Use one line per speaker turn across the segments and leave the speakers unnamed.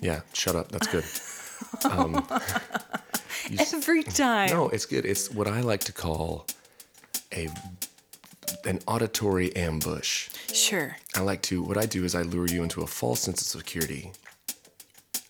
Yeah, shut up. That's good.
Every time.
No, it's good. It's what I like to call a an auditory ambush.
Sure.
I like to what I do is I lure you into a false sense of security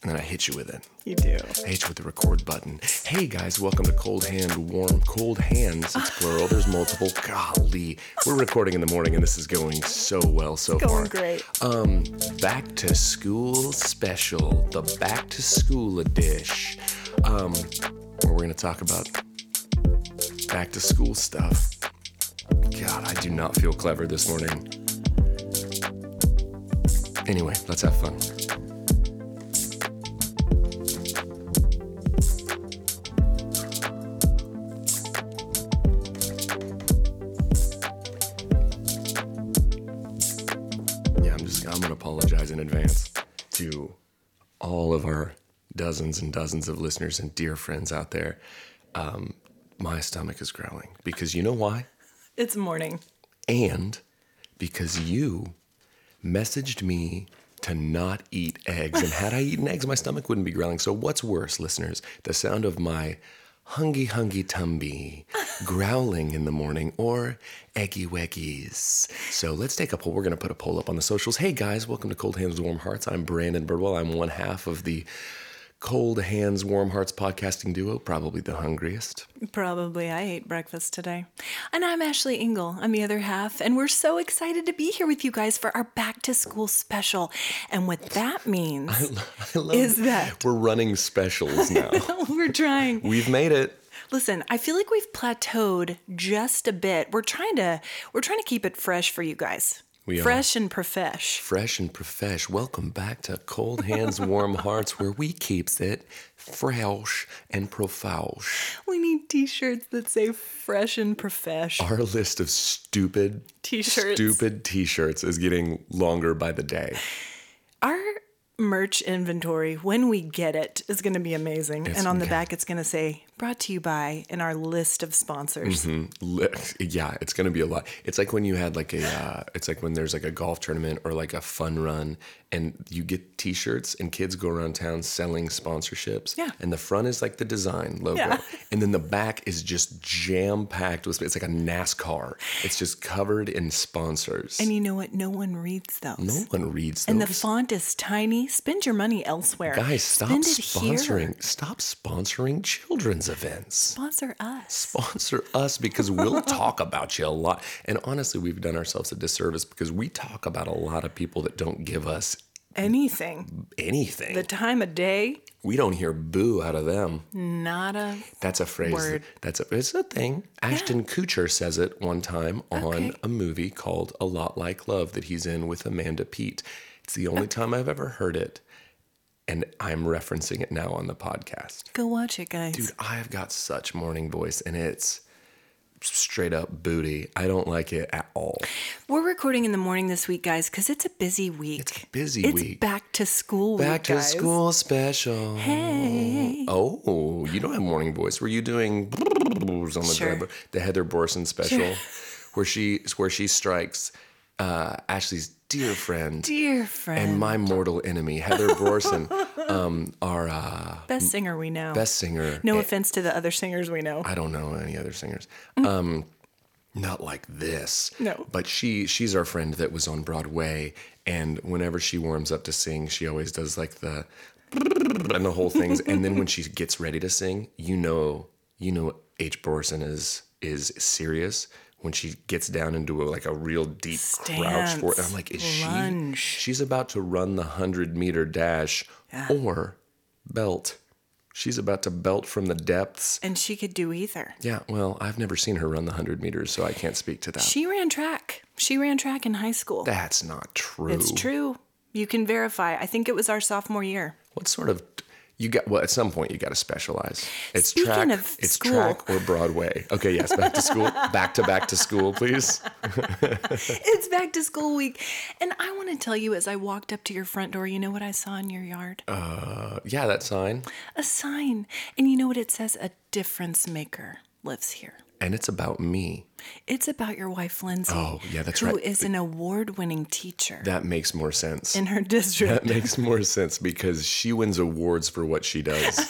and then I hit you with it.
You do.
I hit you with the record button. Hey guys, welcome to Cold Hand Warm Cold Hands. It's plural. There's multiple. Golly. We're recording in the morning and this is going so well so far.
Going great.
Um, back to school special, the back to school edish. Um, where we're gonna talk about back to school stuff. God, I do not feel clever this morning. Anyway, let's have fun. Yeah, I'm just I'm gonna apologize in advance to all of our dozens and dozens of listeners and dear friends out there. Um, my stomach is growling because you know why?
It's morning.
And because you messaged me to not eat eggs. And had I eaten eggs, my stomach wouldn't be growling. So what's worse, listeners, the sound of my hungy hungy tumby growling in the morning or eggy weggies. So let's take a poll. We're gonna put a poll up on the socials. Hey guys, welcome to Cold Hands Warm Hearts. I'm Brandon Birdwell. I'm one half of the Cold Hands Warm Hearts podcasting duo, probably the hungriest.
Probably I ate breakfast today. And I'm Ashley Ingle. I'm the other half, and we're so excited to be here with you guys for our back to school special. And what that means
I love
Is that-
we're running specials now.
Oh, we're trying.
We've made it.
Listen, I feel like we've plateaued just a bit. We're trying to we're trying to keep it fresh for you guys.
We are.
fresh and profesh.
Fresh and profesh. Welcome back to Cold Hands, Warm Hearts, where we keeps it fresh and profouche.
We need t-shirts that say fresh and profesh.
Our list of stupid
T-shirts.
stupid t-shirts is getting longer by the day.
Our merch inventory, when we get it, is going to be amazing. and on the back, it's going to say brought to you by in our list of
Mm-hmm.
sponsors.
Mm, Li- Yeah, it's gonna be a lot. It's like when you had like a, uh, it's like when there's like a golf tournament or like a fun run, and you get T-shirts, and kids go around town selling sponsorships.
Yeah.
And the front is like the design logo,
Yeah.
and then the back is just jam packed with. It's like a NASCAR. It's just covered in sponsors.
And you know what? No one reads those.
no one reads
And the
those.
font is tiny. Spend your money elsewhere.
Guys, stop
Spend it here.
sponsoring. Stop sponsoring children's events.
Sponsor us.
sponsor us because we'll talk about you a lot. And honestly, we've done ourselves a disservice because we talk about a lot of people that don't give us
Anything.
anything.
The time of day,
we don't hear boo out of them.
not a.
That's a phrase. that-
Word.
That's a it's a thing. Ashton Kutcher says it one time on
Okay.
a movie called A Lot Like Love that he's in with Amanda Pete. It's the only time I've ever heard it. And I'm referencing it now on the podcast.
Go watch it, guys.
Dude, I've got such morning voice and it's straight up booty. I don't like it at all.
We're recording in the morning this week, guys, because it's a busy week. It's
busy week.
back to school week.
Back to
guys.
school special. Hey. Oh, you don't have morning voice. Were you doing on the,
Sure.
driver- the Heather Borson special where she where she strikes uh, Ashley's dear friend
Dear friend.
and my mortal enemy, Heather Borson, um, our uh,
best singer we know.
best eh, singer.
No offense to the other singers we know.
I don't know any other singers. Um, not like this.
No.
But she she's our friend that was on Broadway, and whenever she warms up to sing, she always does like the and the whole things. and then when she gets ready to sing, you know, you know, H. Borson is is serious. When she gets down into a, like a real deep crouch for it,
Stance,
I'm like, is
lunge.
she? She's about to run the hundred meter dash or belt. She's about to belt from the depths.
and she could do either.
Yeah, well, I've never seen her run the 100 meters, so I can't speak to that.
She ran track. She ran track in high school.
That's not true.
it's true. You can verify. I think it was our sophomore year.
What sort of you got? Well, at some point you got to specialize. It's
Speaking
track.
of
it's
school.
track or Broadway. Okay, yes, back to school. back to back to school, please.
It's back to school week. And I want to tell you as I walked up to your front door, you know what I saw in your yard?
Uh, yeah, that sign.
a sign. And you know what it says? A difference maker lives here.
and it's about me.
It's about your wife, Lindsay.
Oh, yeah, that's
Who
right.
is an award winning teacher
That makes more sense.
in her district.
that makes more sense because she wins awards for what she does.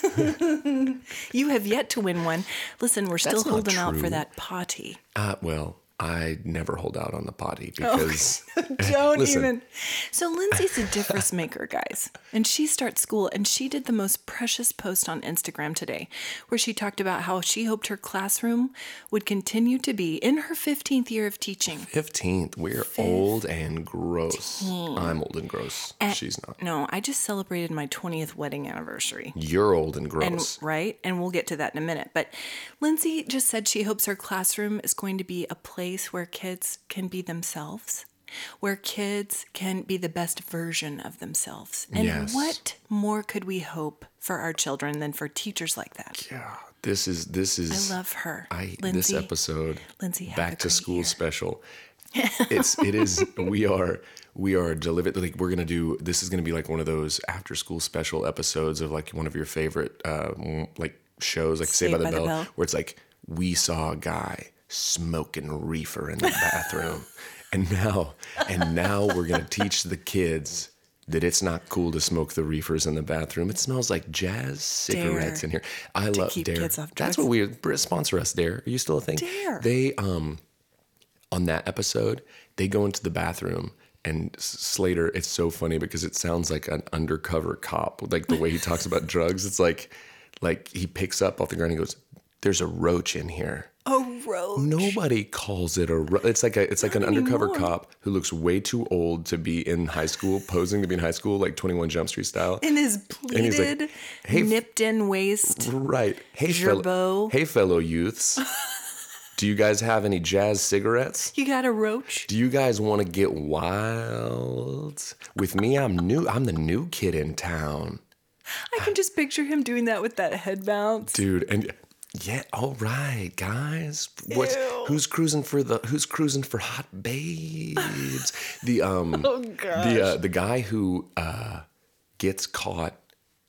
You have yet to win one. Listen, we're still
That's not
holding out for
true.
that potty.
Uh, well, I never hold out on the potty because
Don't
Listen.
even. So Lindsay's a difference maker, guys. And she starts school and she did the most precious post on Instagram today where she talked about how she hoped her classroom would continue to be in her 15th year of teaching.
15th, we're old and gross. I'm old and gross. She's not.
No, I just celebrated my 20th wedding anniversary.
You're old and
And,
gross.
right? And we'll get to that in a minute. But Lindsay just said she hopes her classroom is going to be a place where kids can be themselves, where kids can be the best version of themselves. And
Yes.
what more could we hope for our children than for teachers like that?
yeah. This is this is
I love her.
I
Lindsay,
this episode
Lindsay, have a
back to
great
school
year.
special. it's it is we are we are delivered like we're gonna do this is gonna be like one of those after school special episodes of like one of your favorite uh m- like shows like Saved by, the, Bell, where it's like we saw a guy smoking reefer in the bathroom and now and now we're gonna teach the kids that it's not cool to smoke the reefers in the bathroom. It smells like jazz cigarettes
Dare
in here. I love
keep
Dare.
kids off drugs.
That's what we Brit, sponsor us. Dare, are you still a thing?
Dare.
They um on that episode, they go into the bathroom and S- Slater, it's so funny because it sounds like an undercover cop. Like the way he talks about drugs, it's like like he picks up off the ground and goes, "There's a roach in here."
Oh, Rose.
Nobody calls it a ro- it's like a it's like an undercover
anymore.
cop who looks way too old to be in high school, posing to be in high school like 21 Jump Street style.
In his
And he's like,
pleated,
"Hey, f-
nipped in waist.
Right. Hey, fellow,
Gerbo.
hey fellow youths. Do you guys have any jazz cigarettes?
You got a roach?
Do you guys want to get wild? With me, I'm new. I'm the new kid in town.
I can just picture him doing that with that head bounce.
Dude, and yeah, all right, guys. What's
Ew.
who's cruising for the who's cruising for hot babes? The um
Oh, gosh.
the uh, the guy who uh gets caught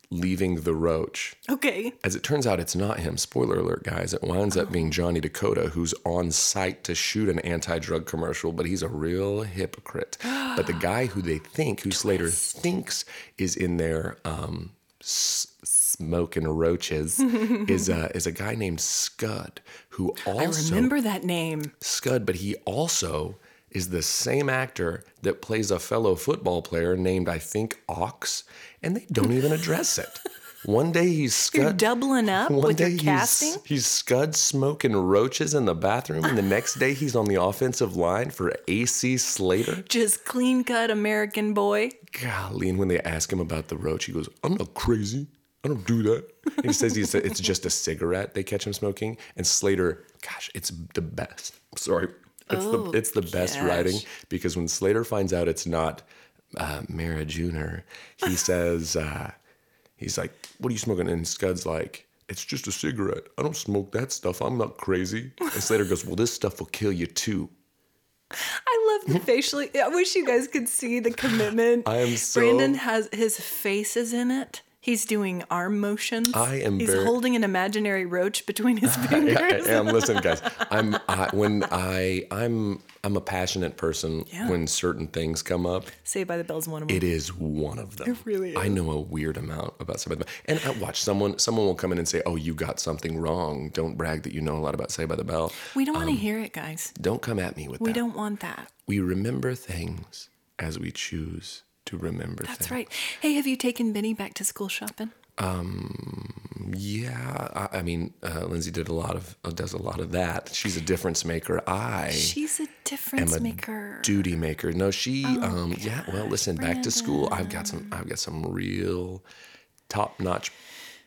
leaving the roach.
Okay.
As it turns out, it's not him. Spoiler alert, guys. It winds up being Johnny Dakota, who's on site to shoot an anti drug commercial, but he's a real hypocrite. but the guy who they think, who Slater thinks is in there um, s- smoking roaches, is, uh, is a guy named Scud, who
I
also.
remember that name.
Scud, but he also is the same actor that plays a fellow football player named, I think, Ox, and they don't even address it. One day he's
You're
Scud.
doubling up
One
with
day
your
he's,
casting.
he's scud smoking roaches in the bathroom, and the next day he's on the offensive line for AC Slater.
Just clean cut American boy.
Golly, and when they ask him about the roach, he goes, I'm not crazy. I don't do that. And he says he's, it's just a cigarette they catch him smoking. And Slater, gosh, it's the best. Sorry. It's
Oh,
the it's the best
gosh.
writing because when Slater finds out it's not uh, Mara Jr., he says, uh, he's like, What are you smoking? And Scud's like, It's just a cigarette. I don't smoke that stuff. I'm not crazy. And Slater goes, Well, this stuff will kill you too.
I love the facially. I wish you guys could see the commitment.
I am so-
Brandon has his face is in it. He's doing arm motions.
I am
He's
very-
holding an imaginary roach between his fingers.
I am. Listen, guys. I'm I, when I I'm I'm a passionate person.
Yeah.
When certain things come up,
Saved by the Bell's one of them.
it is one of them. It
really
I know a weird amount about Saved by the Bell. And I watch someone someone will come in and say, "Oh, you got something wrong. Don't brag that you know a lot about Saved by the Bell.
we don't want
um,
to hear it, guys.
Don't come at me with
We
that.
don't want that.
We remember things as we choose to remember
That's
things.
right. Hey, have you taken Benny back to school shopping?
Yeah. I, I mean, uh, Lindsay did a lot of uh, does a lot of that. She's a difference maker. I.
She's a difference maker.
duty maker. No, she
Oh,
um yeah, well listen, back to school. I've got some I've got some real top-notch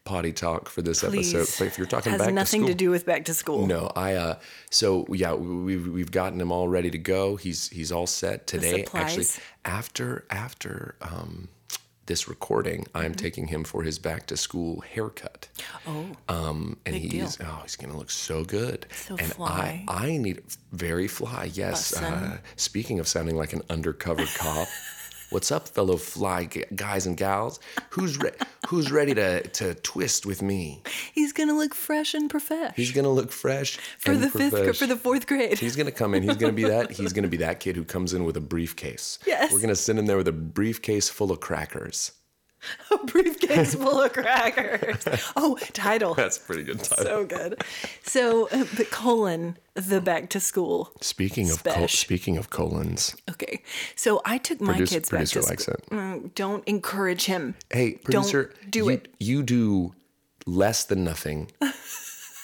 potty talk for this
Please.
episode. But if you're talking
has
back
nothing
to
to
school,
do with back to school.
no, I uh so yeah, we have we've gotten him all ready to go. He's he's all set today actually.
supplies.
After after um this recording,
Mm-hmm.
I'm taking him for his back to school haircut.
Oh,
Um, and
Big
he's oh, he's gonna look so good.
So
and
fly.
I, I need very fly. Yes. Uh,
Bussin'.
speaking of sounding like an undercover cop, what's up, fellow fly g- guys and gals? Who's re- Who's ready to, to twist with me?
He's going to look fresh and profesh
He's gonna look fresh
for
and
the fifth gr-
profesh.
for the fourth grade.
He's gonna come in. He's gonna be that. He's gonna be that kid who comes in with a briefcase.
Yes.
We're gonna send him there with a briefcase full of crackers.
a Oh, briefcase full of crackers. Oh, title.
That's a pretty good title.
So good. So, uh, but colon, the back to school.
speaking of col-
Spesh.
speaking of colons,
Okay. So I took my
Produce-
kids
producer
back to
likes
school.
it.
don't encourage him.
hey producer,
do
you,
it.
You do less than nothing.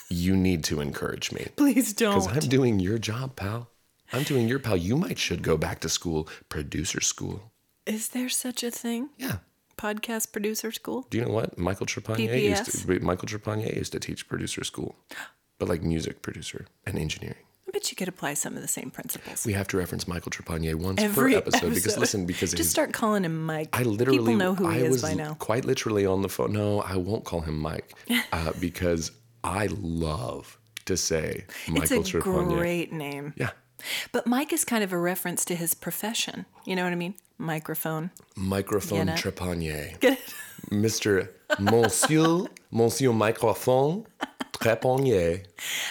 you need to encourage me
Please don't.
because I'm doing your job, pal. I'm doing your pal. You might should go back to school, producer school.
Is there such a thing?
Yeah.
Podcast producer school?
Do you know what Michael Trepanier used
PPS?
to, Michael Trepanier used to teach producer school, but like music producer and engineering.
I bet you could apply some of the same principles.
We have to reference Michael Trepanier once
Every
per episode, because listen, because
just
his,
start calling him Mike.
I literally
people know who
I
he is
was
by now.
quite literally on the phone. No, I won't call him Mike uh, because I love to say Michael
it's a
Trepanier.
great name.
yeah,
But Mike is kind of a reference to his profession. You know what I mean? Microphone.
microphone
Get
Trepanier,
Good.
Mister Monsieur Monsieur Microphone Trepanier.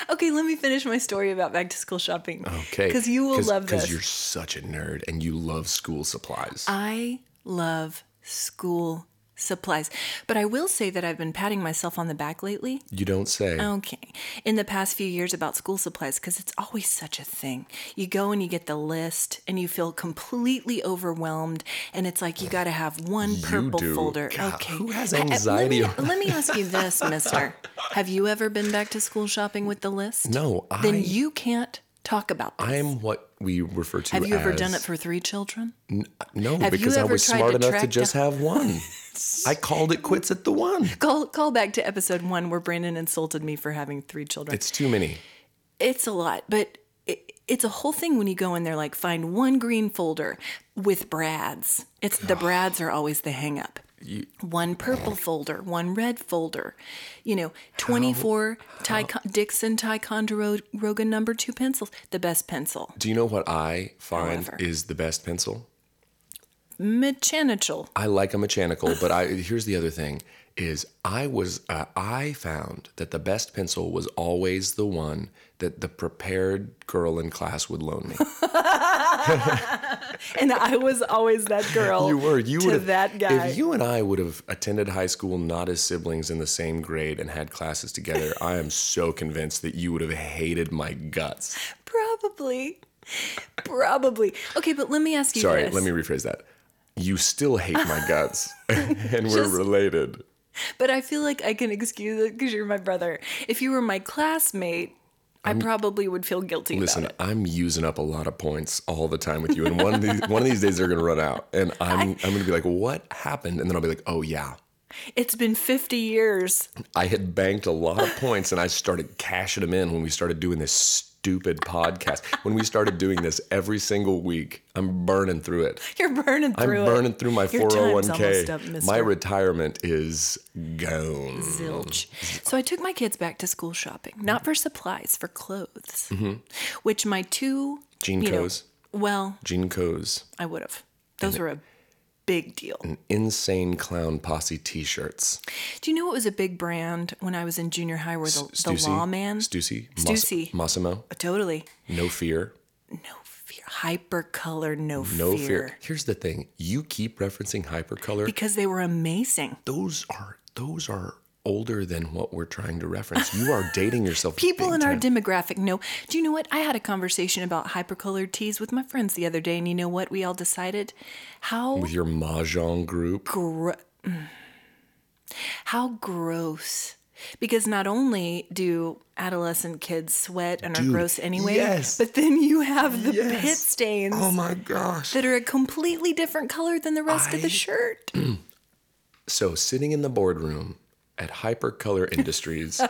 Okay, let me finish my story about back to school shopping.
Okay.
Because you will love
Because you're
this. Uh,
such a nerd and you love school supplies.
I love school supplies. But I will say that I've been patting myself on the back lately.
you don't say.
Okay. In the past few years about school supplies, because it's always such a thing. You go and you get the list and you feel completely overwhelmed. And it's like, you got to have one purple
do.
folder.
God,
okay.
who has
I- I-
anxiety
let, me, let me ask you this, mister. Have you ever been back to school shopping with the list?
No, I,
Then you can't talk about that.
I'm what we refer to
Have you ever done it
as-
for three children?
No,
Have you
because I
ever
was
tried
smart
to
enough to
track
just have one. I called it quits at the one.
Call, call back to episode one where Brandon insulted me for having three children.
It's too many.
it's a lot, but it, it's a whole thing when you go in there. Like, find one green folder with Brads. It's the Brads are always the hang up. one purple folder, one red folder, you know, 24 Tyco- Dixon Ticonderoga number two pencils, the best pencil,
Do you know what I find
However.
is the best pencil?
mechanical.
I like a mechanical, but I here's the other thing is I was uh, I found that the best pencil was always the one that the prepared girl in class would loan me.
And I was always that girl.
You were. You
to
would have
that guy.
If you and I would have attended high school not as siblings in the same grade and had classes together, I am so convinced that you would have hated my guts.
Probably. Probably. Okay, but let me ask you
Sorry,
this.
let me rephrase that. You still hate my guts, and we're related.
But I feel like I can excuse it because you're my brother. If you were my classmate, i probably would feel guilty
Listen,
about it.
I'm using up a lot of points all the time with you, and one of these one of these days they're gonna run out, and I'm I'm gonna be like, what happened? And then I'll be like, oh yeah,
It's been 50 years.
I had banked a lot of points and I started cashing them in when we started doing this stupid podcast. When we started doing this every single week, I'm burning through it.
You're burning
I'm
through it.
burning through my
Your time's almost up,
401k.
mister.
My retirement is gone.
Zilch.
Mm-hmm.
So I took my kids back to school shopping, not for supplies, for clothes,
Mm-hmm.
which my two
Jean
you know,
Co's.
well,
Gene Co's
I would have. Those were a big deal.
Mm. Insane Clown Posse t shirts.
Do you know what was a big brand when I was in junior high? Where the, the
Stussy.
lawman,
Stussy.
Stussy.
Mas- Massimo.
totally
No fear.
no fear, hypercolor, no,
No fear.
fear,
Here's the thing you keep referencing hypercolor.
because they were amazing.
those are those are older than what we're trying to reference. You are dating yourself.
People
big
in our
time.
demographic know. Do you know what? I had a conversation about hypercolored teas with my friends the other day, and you know what? We all decided how
with your mahjong group.
gro- mm. how gross. Because not only do adolescent kids sweat and are
Dude,
gross anyway,
yes.
but then you have the
Yes.
pit stains
Oh my gosh!
that are a completely different color than the rest of
I-
the shirt.
So sitting in the boardroom at Hypercolor Industries,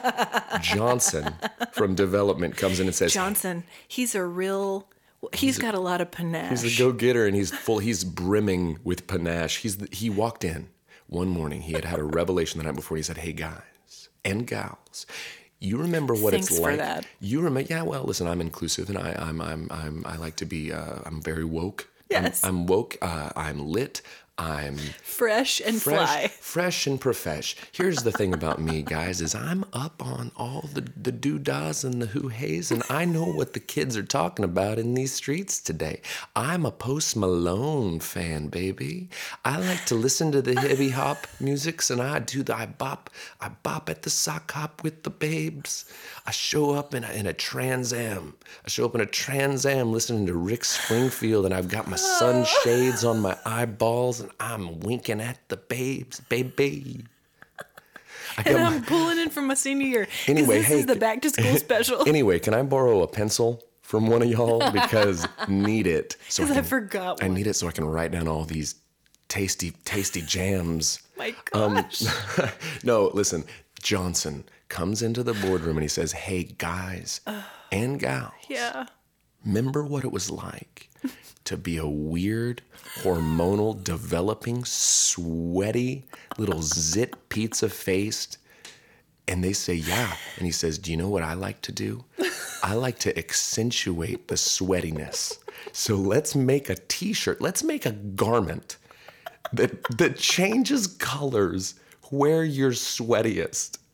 Johnson from development comes in and says,
Johnson, he's a real. he's got a lot of panache.
He's a go-getter, and he's full. He's brimming with panache. He's the, he walked in one morning. He had had a revelation the night before. He said, "Hey guys and gals, you remember what it's
Thanks for
like?
that.
You remember? Yeah. Well, listen, I'm inclusive, and I I'm I'm I'm I like to be. Uh, I'm very woke. I'm-
Yes.
I'm, woke. Uh, I'm lit. I'm
Fresh and
fresh,
fly.
fresh and profesh. Here's the thing about me, guys, is I'm up on all the the doo-dahs and the hoo-hays, and I know what the kids are talking about in these streets today. I'm a Post Malone fan, baby. I like to listen to the heavy hop musics, and I do the I bop, I bop at the sock hop with the babes. I show up in a, in a Trans Am. I show up in a Trans Am listening to Rick Springfield, and I've got my sunshades on my eyeballs, and I'm winking at the babes, baby. I got
And
my-
I'm pulling in for my senior year. 'cause
Anyway,
this
hey,
is the back to school special.
Anyway, can I borrow a pencil from one of y'all because need it? So
'Cause I
can-
forgot
I
one.
need it so I can write down all these tasty, tasty jams.
My gosh.
Um, no, listen. Johnson comes into the boardroom and he says, "Hey guys and gal,
yeah.
remember what it was like to be a weird, hormonal, developing, sweaty little zit pizza faced. And they say, Yeah. And he says, Do you know what I like to do? I like to accentuate the sweatiness. So let's make a t shirt, let's make a garment that, that changes colors where you're sweatiest.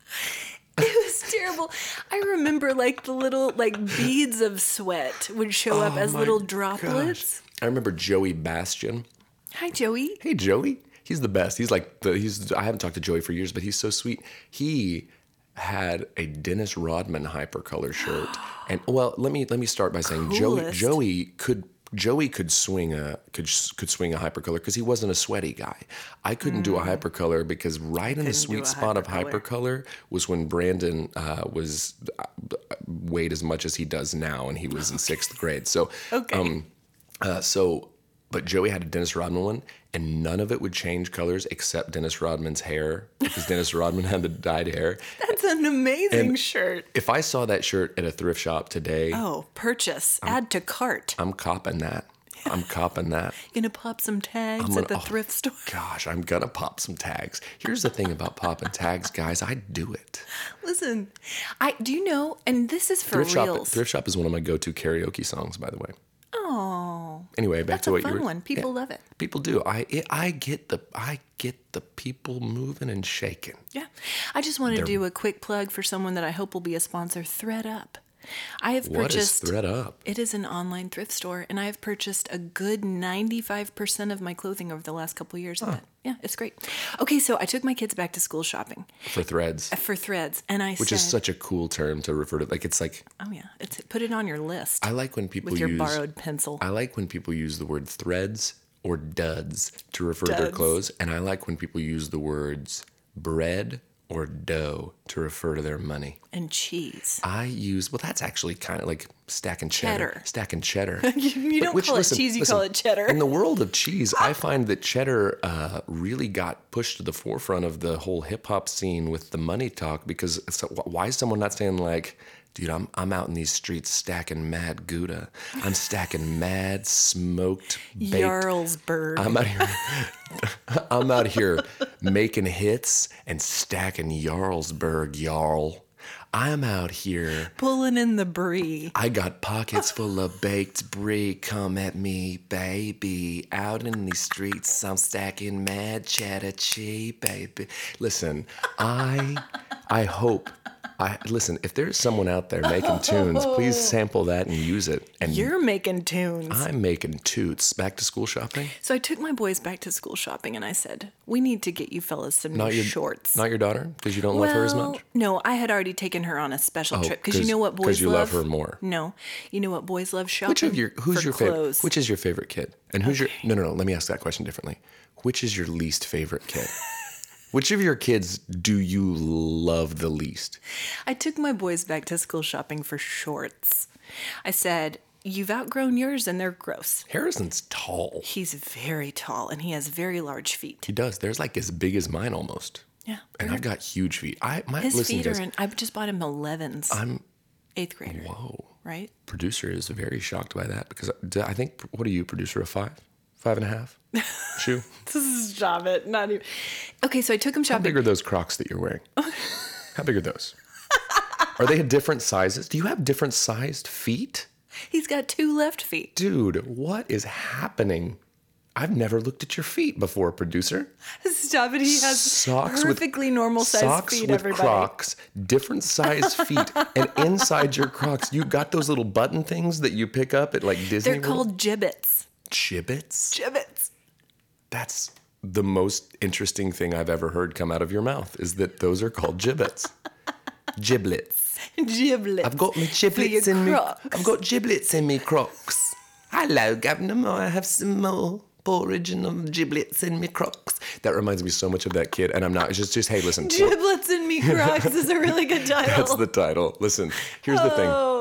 It was terrible. I remember like the little like beads of sweat would show up
Oh
as
my
little
gosh.
droplets.
I remember Joey Bastion.
Hi, Joey.
hey Joey, he's the best. He's like the he's I haven't talked to Joey for years, but he's so sweet. He had a Dennis Rodman hypercolor shirt. And well, let me let me start by saying Joey
Coolest.
Joey could Joey could swing a could could swing a hypercolor because he wasn't a sweaty guy. I couldn't do a hypercolor because right in the
Mm. Couldn't do a
sweet spot of hypercolor
hypercolor.
was when Brandon uh, was uh, weighed as much as he does now, and he was in sixth grade. So
Okay.
uh, so, but Joey had a Dennis Rodman one, and none of it would change colors except Dennis Rodman's hair because Dennis Rodman had the dyed hair.
That's an amazing shirt.
If I saw that shirt at a thrift shop today,
Oh, purchase. Add to cart.
I'm copping that. I'm copping that.
gonna pop some tags at
gonna-
the
oh.
thrift store.
Gosh, I'm gonna pop some tags. Here's the thing about popping tags, guys. I do it.
Listen, I do you know, and this is for
Thrift shop.
reals.
Thrift shop is one of my go-to karaoke songs, by the way.
oh,
Anyway, back
that's
to
a
what you
fun
were.
one. People love it.
People do. I it, I get the I get the people moving and shaking.
Yeah. I just want to do a quick plug for someone that I hope will be a sponsor. Thread Up. I have
What is
purchased.
thread up?
It is an online thrift store, and I have purchased a good 95% of my clothing over the last couple of years. Of it. Yeah, it's great. Okay, so I took my kids back to school shopping
for threads.
for threads, and I
which
said,
is such a cool term to refer to. Like it's like
Oh, yeah, it's, put it on your list
I like when people
with your
use
borrowed pencil.
I like when people use the word threads or duds to refer to their
Duds.
clothes, and I like when people use the words bread or dough to refer to their money.
and cheese.
I use well, that's actually kind of like stacking cheddar,
Cheddar.
stacking cheddar.
you don't call it cheese, you call it cheddar.
In the world of cheese, I find that cheddar uh, really got pushed to the forefront of the whole hip hop scene with the money talk because it's, why is someone not saying like, dude, I'm I'm out in these streets stacking mad gouda, I'm stacking mad smoked baked.
Jarlsberg.
I'm out here. I'm out here making hits and stacking Jarlsberg, Jarl. I'm out here
pulling in the brie.
I got pockets full of baked brie. Come at me, baby. Out in these streets, I'm stacking mad cheddar cheese, baby. Listen, I, I hope. I, listen, if there's someone out there making tunes, please sample that and use it. And
You're making tunes.
I'm making toots. Back to school shopping?
so I took my boys back to school shopping, and I said, "We need to get you fellas some new
Not your
shorts."
Not your daughter, because you don't love her as much. Oh,
No, I had already taken her on a special trip because you
'cause-
know what
'cause
boys
you love
love?
her more.
No, you know what boys love shopping.
Which of your who's
for
your
clothes.
favorite? Which is your favorite kid? And who's your no no no? Let me ask that question differently. Which is your least favorite kid? which of your kids do you love the least?
I took my boys back to school shopping for shorts. I said, "You've outgrown yours, and they're gross."
Harrison's tall.
He's very tall, and he has very large feet.
He does. There's like as big as mine almost.
Yeah.
And I've got huge feet. I my
His
listen
feet
guys.
are in. I just bought him 11s. I'm eighth grader.
whoa.
Right?
Producer is very shocked by that because uh, I- I think what are you producer of five, five and a half? Shoe.
Stop it. Not even. Okay, so I took him
How
shopping.
big are those Crocs that you're wearing? How big are those? Are they different sizes? Do you have different sized feet?
He's got two left feet.
dude, what is happening? I've never looked at your feet before, producer.
Stop it. He has
Socks with-
perfectly normal sized
Socks
feet,
with
everybody.
Crocs, different size feet, and inside your Crocs, you got those little button things that you pick up at like Disney.
They're
World.
called gibbets.
gibbets.
Gibbets.
That's the most interesting thing I've ever heard come out of your mouth is that those are called gibbets. giblets.
Giblets.
I've got my
your
giblets in me.
Crocs.
I've got giblets in me crocs. Hello, Governor. May I have some more porridge and um, giblets in me crocs? That reminds me so much of that kid, and I'm not. It's just, just hey, listen.
Giblets and me Crocs is a really good title.
That's the title. Listen, here's the thing.
Oh.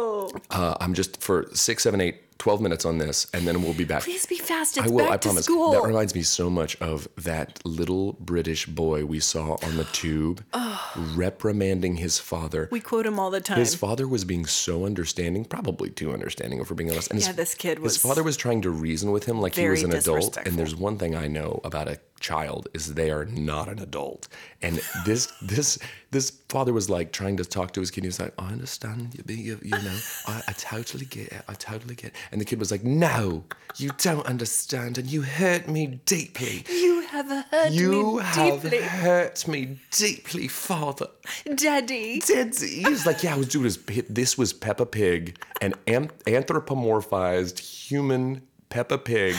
Uh, I'm just for six, seven, eight, 12 minutes on this, and then we'll be back.
Please be fast. It's
I will,
back
I
to
promise.
school.
That reminds me so much of that little British boy we saw on the tube
Oh.
reprimanding his father.
we quote him all the time.
His father was being so understanding, probably too understanding, if we're being honest. And
Yeah,
his,
this kid was
His father was trying to reason with him like he was
very
an adult.
disrespectful.
And there's one thing I know about a child is they are not an adult. And this this this father was like trying to talk to his kid. He was like, "I understand you, be- you, you know, I, I totally get it. I totally get." It. And the kid was like, "No, you don't understand, and you hurt me deeply."
you have hurt
You
me
have
deeply,
hurt me deeply, Father
Daddy.
did. He was like, yeah, I was doing this. This was Peppa Pig, an am- anthropomorphized human Peppa Pig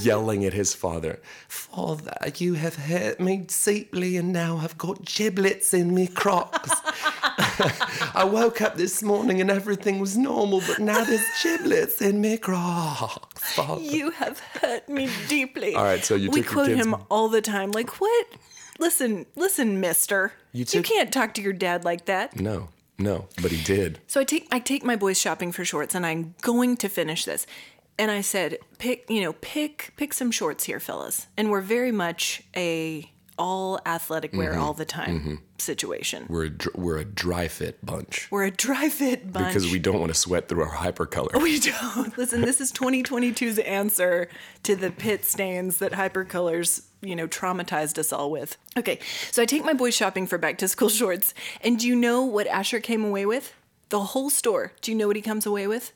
yelling at his father. Father, you have hurt me deeply, and now I've got giblets in me crocs. I woke up this morning and everything was normal, but now there's giblets in me crocs. Father.
You have hurt me deeply.
All right, so you
we
took your
quote
kids-
him all the time. Like what? Listen, listen, Mister.
You
You,
took-
can't talk to your dad like that.
no, no, but he did.
So I take I take my boys shopping for shorts, and I'm going to finish this. And I said, pick you know pick pick some shorts here, fellas. And we're very much a all athletic wear
Mm-hmm.
all the time situation.
We're a, dr- we're a dry fit bunch
We're a dry fit bunch.
because we don't want to sweat through our hypercolor.
We don't. Listen, this is 2022's answer to the pit stains that hypercolors, you know, traumatized us all with. Okay, so I take my boys shopping for back to school shorts, and do you know what Asher came away with? The whole store. Do you know what he comes away with?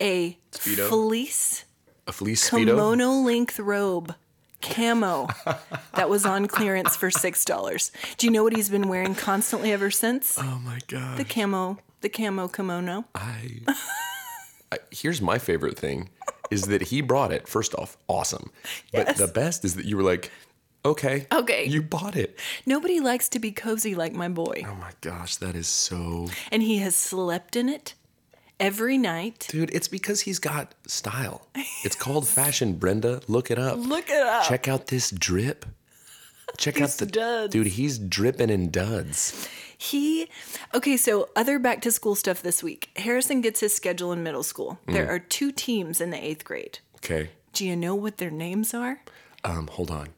A
Speedo?
fleece
A fleece speedo.
kimono length robe. Camo that was on clearance for six dollars. Do you know what he's been wearing constantly ever since?
Oh my god!
The camo, the camo kimono.
I, I here's my favorite thing is that he brought it. First off, awesome. But the best is that you were like, okay,
Okay.
you bought it.
Nobody likes to be cozy like my boy.
Oh my gosh, that is so,
and he has slept in it every night.
dude. It's because he's got style. It's called fashion, Brenda. Look it up.
Look it up.
Check out this drip. Check
These
out the
duds.
dude. He's dripping in duds.
He, okay, so other back to school stuff this week. Harrison gets his schedule in middle school.
Mm.
There are two teams in the eighth grade.
Okay,
Do you know what their names are?
um, hold on.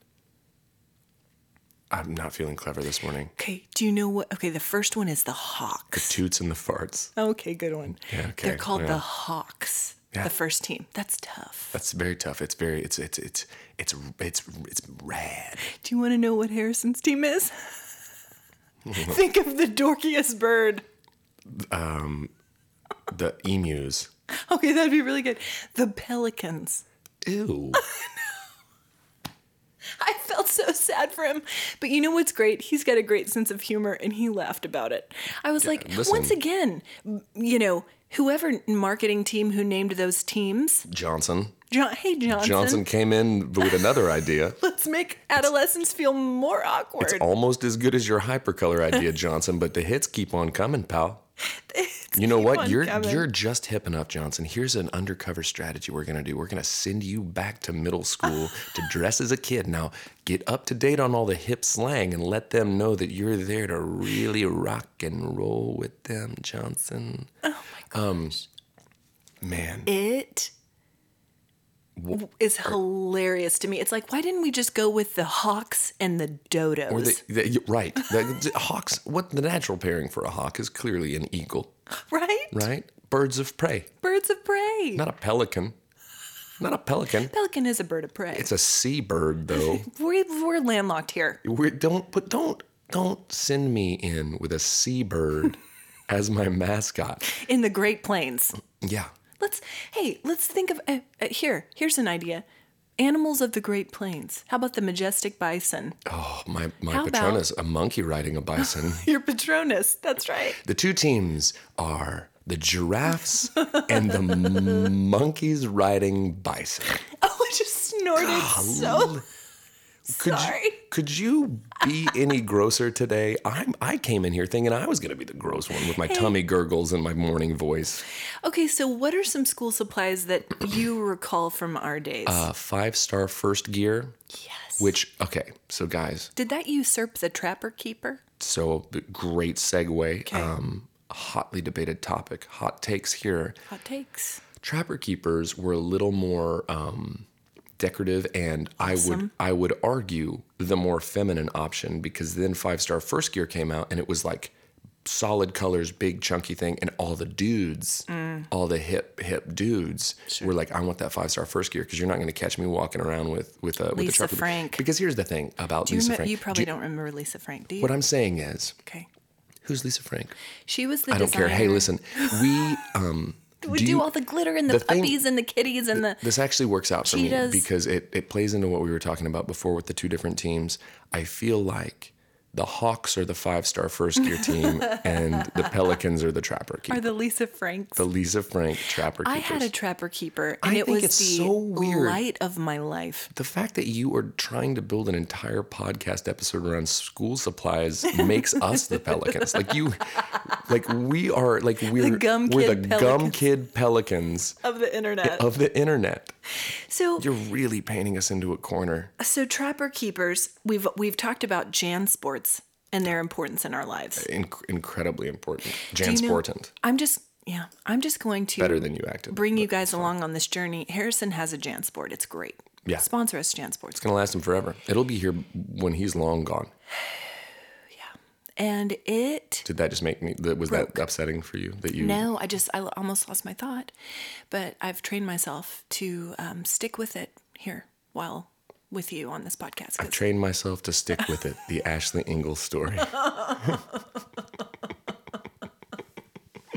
I'm not feeling clever this morning.
Okay, do you know what? Okay, the first one is the Hawks.
Toots and the farts.
Okay, good one.
Yeah, okay,
They're called
yeah.
the Hawks,
Yeah.
the first team. That's tough.
That's very tough. It's very it's it's it's it's it's it's rad.
Do you want to know what Harrison's team is? Think of the dorkiest bird.
The emus.
Okay, that'd be really good. The Pelicans.
Ew.
I felt so sad for him. But you know what's great? He's got a great sense of humor and he laughed about it. I was like,
listen.
once again, m- you know, whoever marketing team who named those teams,
Johnson.
John, hey, Johnson,
Johnson came in with another idea.
let's make adolescents feel more awkward.
It's almost as good as your hypercolor idea, Johnson, but the hits keep on coming, pal. You know
keep
what?
on
You're
coming.
you're just hip enough, Johnson. Here's an undercover strategy we're gonna do. We're gonna send you back to middle school to dress as a kid. Now get up to date on all the hip slang and let them know that you're there to really rock and roll with them, Johnson. Oh my gosh. Um, man.
It w- is hilarious to me. It's like, why didn't we just go with the hawks and the dodos?
Or the, the, you- right. The, the hawks. What the natural pairing for a hawk is clearly an eagle,
right?
right? Birds of prey,
Birds of prey.
not a pelican. Not a pelican.
Pelican is a bird of prey.
It's a seabird, though.
We're, we're landlocked here.
we don't but don't don't send me in with a seabird as my mascot.
in the Great Plains.
Yeah.
Let's hey, let's think of uh, uh, here. Here's an idea: Animals of the Great Plains. How about the majestic bison?
Oh, my, my
How about-
Patronus, a monkey riding a bison.
Your Patronus. That's right.
the two teams are the giraffes and the m- monkeys riding bison.
Oh, I just snorted so.
Could
Sorry.
you could you be any grosser today? I'm I came in here thinking I was gonna be the gross one with my tummy gurgles and my morning voice.
Okay, so what are some school supplies that you recall from our days?
Uh, five star first gear. Yes. Which okay, so guys,
Did that usurp the trapper keeper?
so great segue. Um, hotly debated topic, hot takes here.
Hot takes.
Trapper keepers were a little more um, decorative, and I would I would argue the more feminine option because then five star first gear came out, and it was like solid colors, big chunky thing, and all the dudes,
Mm.
all the hip hip dudes were like, I want that five star first gear because you're not going to catch me walking around with with a with a
Lisa
trapper. keeper."
Frank.
Because here's the thing about
You,
Lisa
remem-
Frank.
you
Do
probably
you-
don't remember Lisa Frank, do you?
what I'm saying is,
okay.
who's Lisa Frank?
She was the
I don't care. Hey,
designer.
listen, we um.
We do,
you-
all the glitter and the,
the thing-
puppies and the kitties and the.
this actually works out for
Cheetahs.
me because it, it plays into what we were talking about before with the two different teams. I feel like the Hawks are the five star first gear team and the Pelicans are the trapper
Are
keeper.
the Lisa Franks?
The Lisa Frank trapper keepers.
I had a trapper keeper, and
I
it
think
was
it's
the
so weird.
light of my life.
the fact that you are trying to build an entire podcast episode around school supplies makes us the Pelicans. Like you like we are like we're
gum
we're
kid
the gum
Pelicans.
kid pelicans
Of the internet.
of the internet.
So,
oh, You're really painting us into a corner.
so trapper keepers. We've we've talked about Jan sports and their importance in our lives.
Inc- incredibly important.
you know-
Jansportant.
I'm just yeah. I'm just going to
better than you acted.
bring you guys along on this journey. Harrison has a Jan sport. It's great.
Yeah.
Sponsor us, Jan Sports.
it's gonna last him forever. It'll be here when he's long gone.
And it.
Did that just make me? That, was that upsetting for you? That you?
No, I just I l- almost lost my thought, but I've trained myself to um, stick with it here while with you on this podcast. 'cause-
Trained myself to stick with it. The Ashley Ingalls story.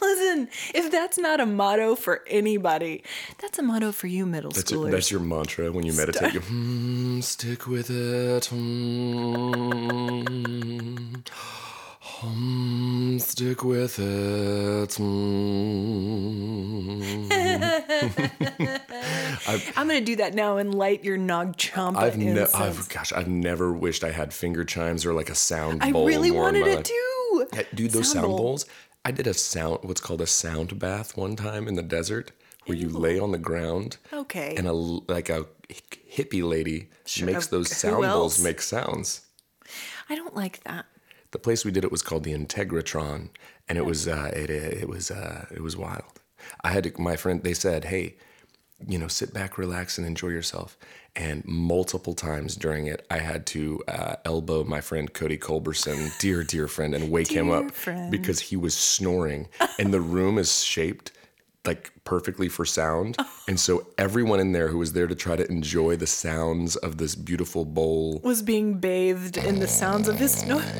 Listen, if that's not a motto for anybody, that's a motto for you middle
That's, your-
schoolers.
that's your mantra when you meditate. You, hmm, stick with it. Hmm, Hmm, stick with it. Hmm.
I'm gonna do that now and light your Nag Champa
I've never,
incense.
I've gosh, I've never wished I had finger chimes or like a sound
I
bowl.
really
more in
wanted
my life.
it too.
Yeah, dude, those sound,
Sound bowl.
bowls. I did a sound, what's called a sound bath one time in the desert, where you lay on the ground.
Okay.
And a l- like a hick- hippie lady makes those
who
sound bowls
else?
make sounds.
I don't like that.
The place we did it was called the Integratron, and it was uh, it it was uh, it was wild. I had to, my friend. They said, "Hey, you know, sit back, relax, and enjoy yourself." And multiple times during it, I had to uh, elbow my friend Cody Culberson, dear dear friend, and wake him
Dear
up
friend.
because he was snoring, and the room is shaped. Like perfectly for sound. And so everyone in there who was there to try to enjoy the sounds of this beautiful bowl
Was being bathed in the sounds of his snore.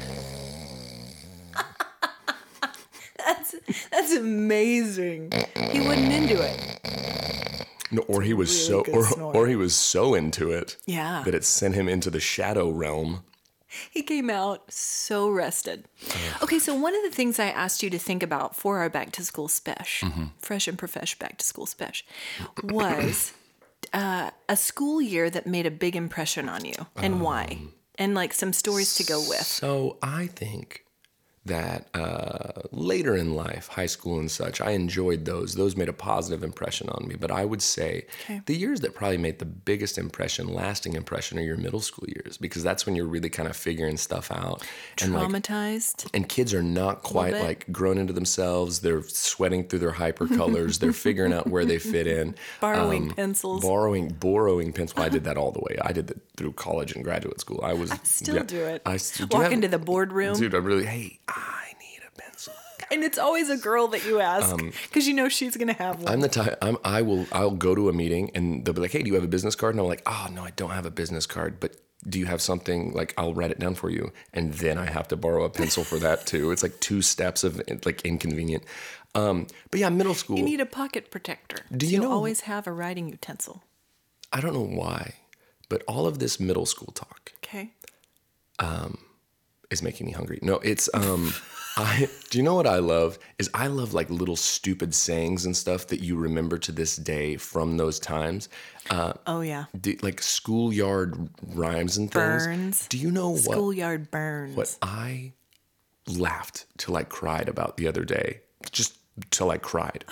that's that's amazing. He wasn't into it.
No, or he was so,
good
or,
snore.
or he was so into it,
Yeah.
that it sent him into the shadow realm.
He came out so rested. Okay, so one of the things I asked you to think about for our back to school spesh,
Mm-hmm.
fresh and profesh back to school spesh, was uh, a school year that made a big impression on you and
Um,
why, and like some stories to go with.
So I think that uh, later in life, high school and such, I enjoyed those. Those made a positive impression on me. But I would say the years that probably made the biggest impression, lasting impression, are your middle school years because that's when you're really kind of figuring stuff out and like
Traumatized.
and kids are not quite
bit.
like grown into themselves. They're sweating through their hyper colors. They're figuring out where they fit in. Um,
Borrowing pencils.
Borrowing, borrowing pencils. I did that all the way. I did that through college and graduate school. I was
still do it.
I still
Walk into the boardroom.
Dude, I'm really. Hey, I need a pencil.
And it's always a girl that you ask because you know she's going to have one.
I'm the type. I'm. Um, I will. I'll go to a meeting and they'll be like, "Hey, do you have a business card?" And I'm like, "Oh no, I don't have a business card, but." Do you have something like I'll write it down for you, and then I have to borrow a pencil for that too. It's like two steps of like inconvenient. Um, but yeah, middle school.
you need a pocket protector. Do
you
you
know-
always have a writing utensil?
I don't know why, but all of this middle school talk
Okay.
is making me hungry. No, it's um I do you know what I love is I love like little stupid sayings and stuff that you remember to this day from those times. Uh
Oh yeah.
do, like schoolyard rhymes and things.
Burns.
Do you know what
Schoolyard burns.
what I laughed till I cried about the other day, just till I cried,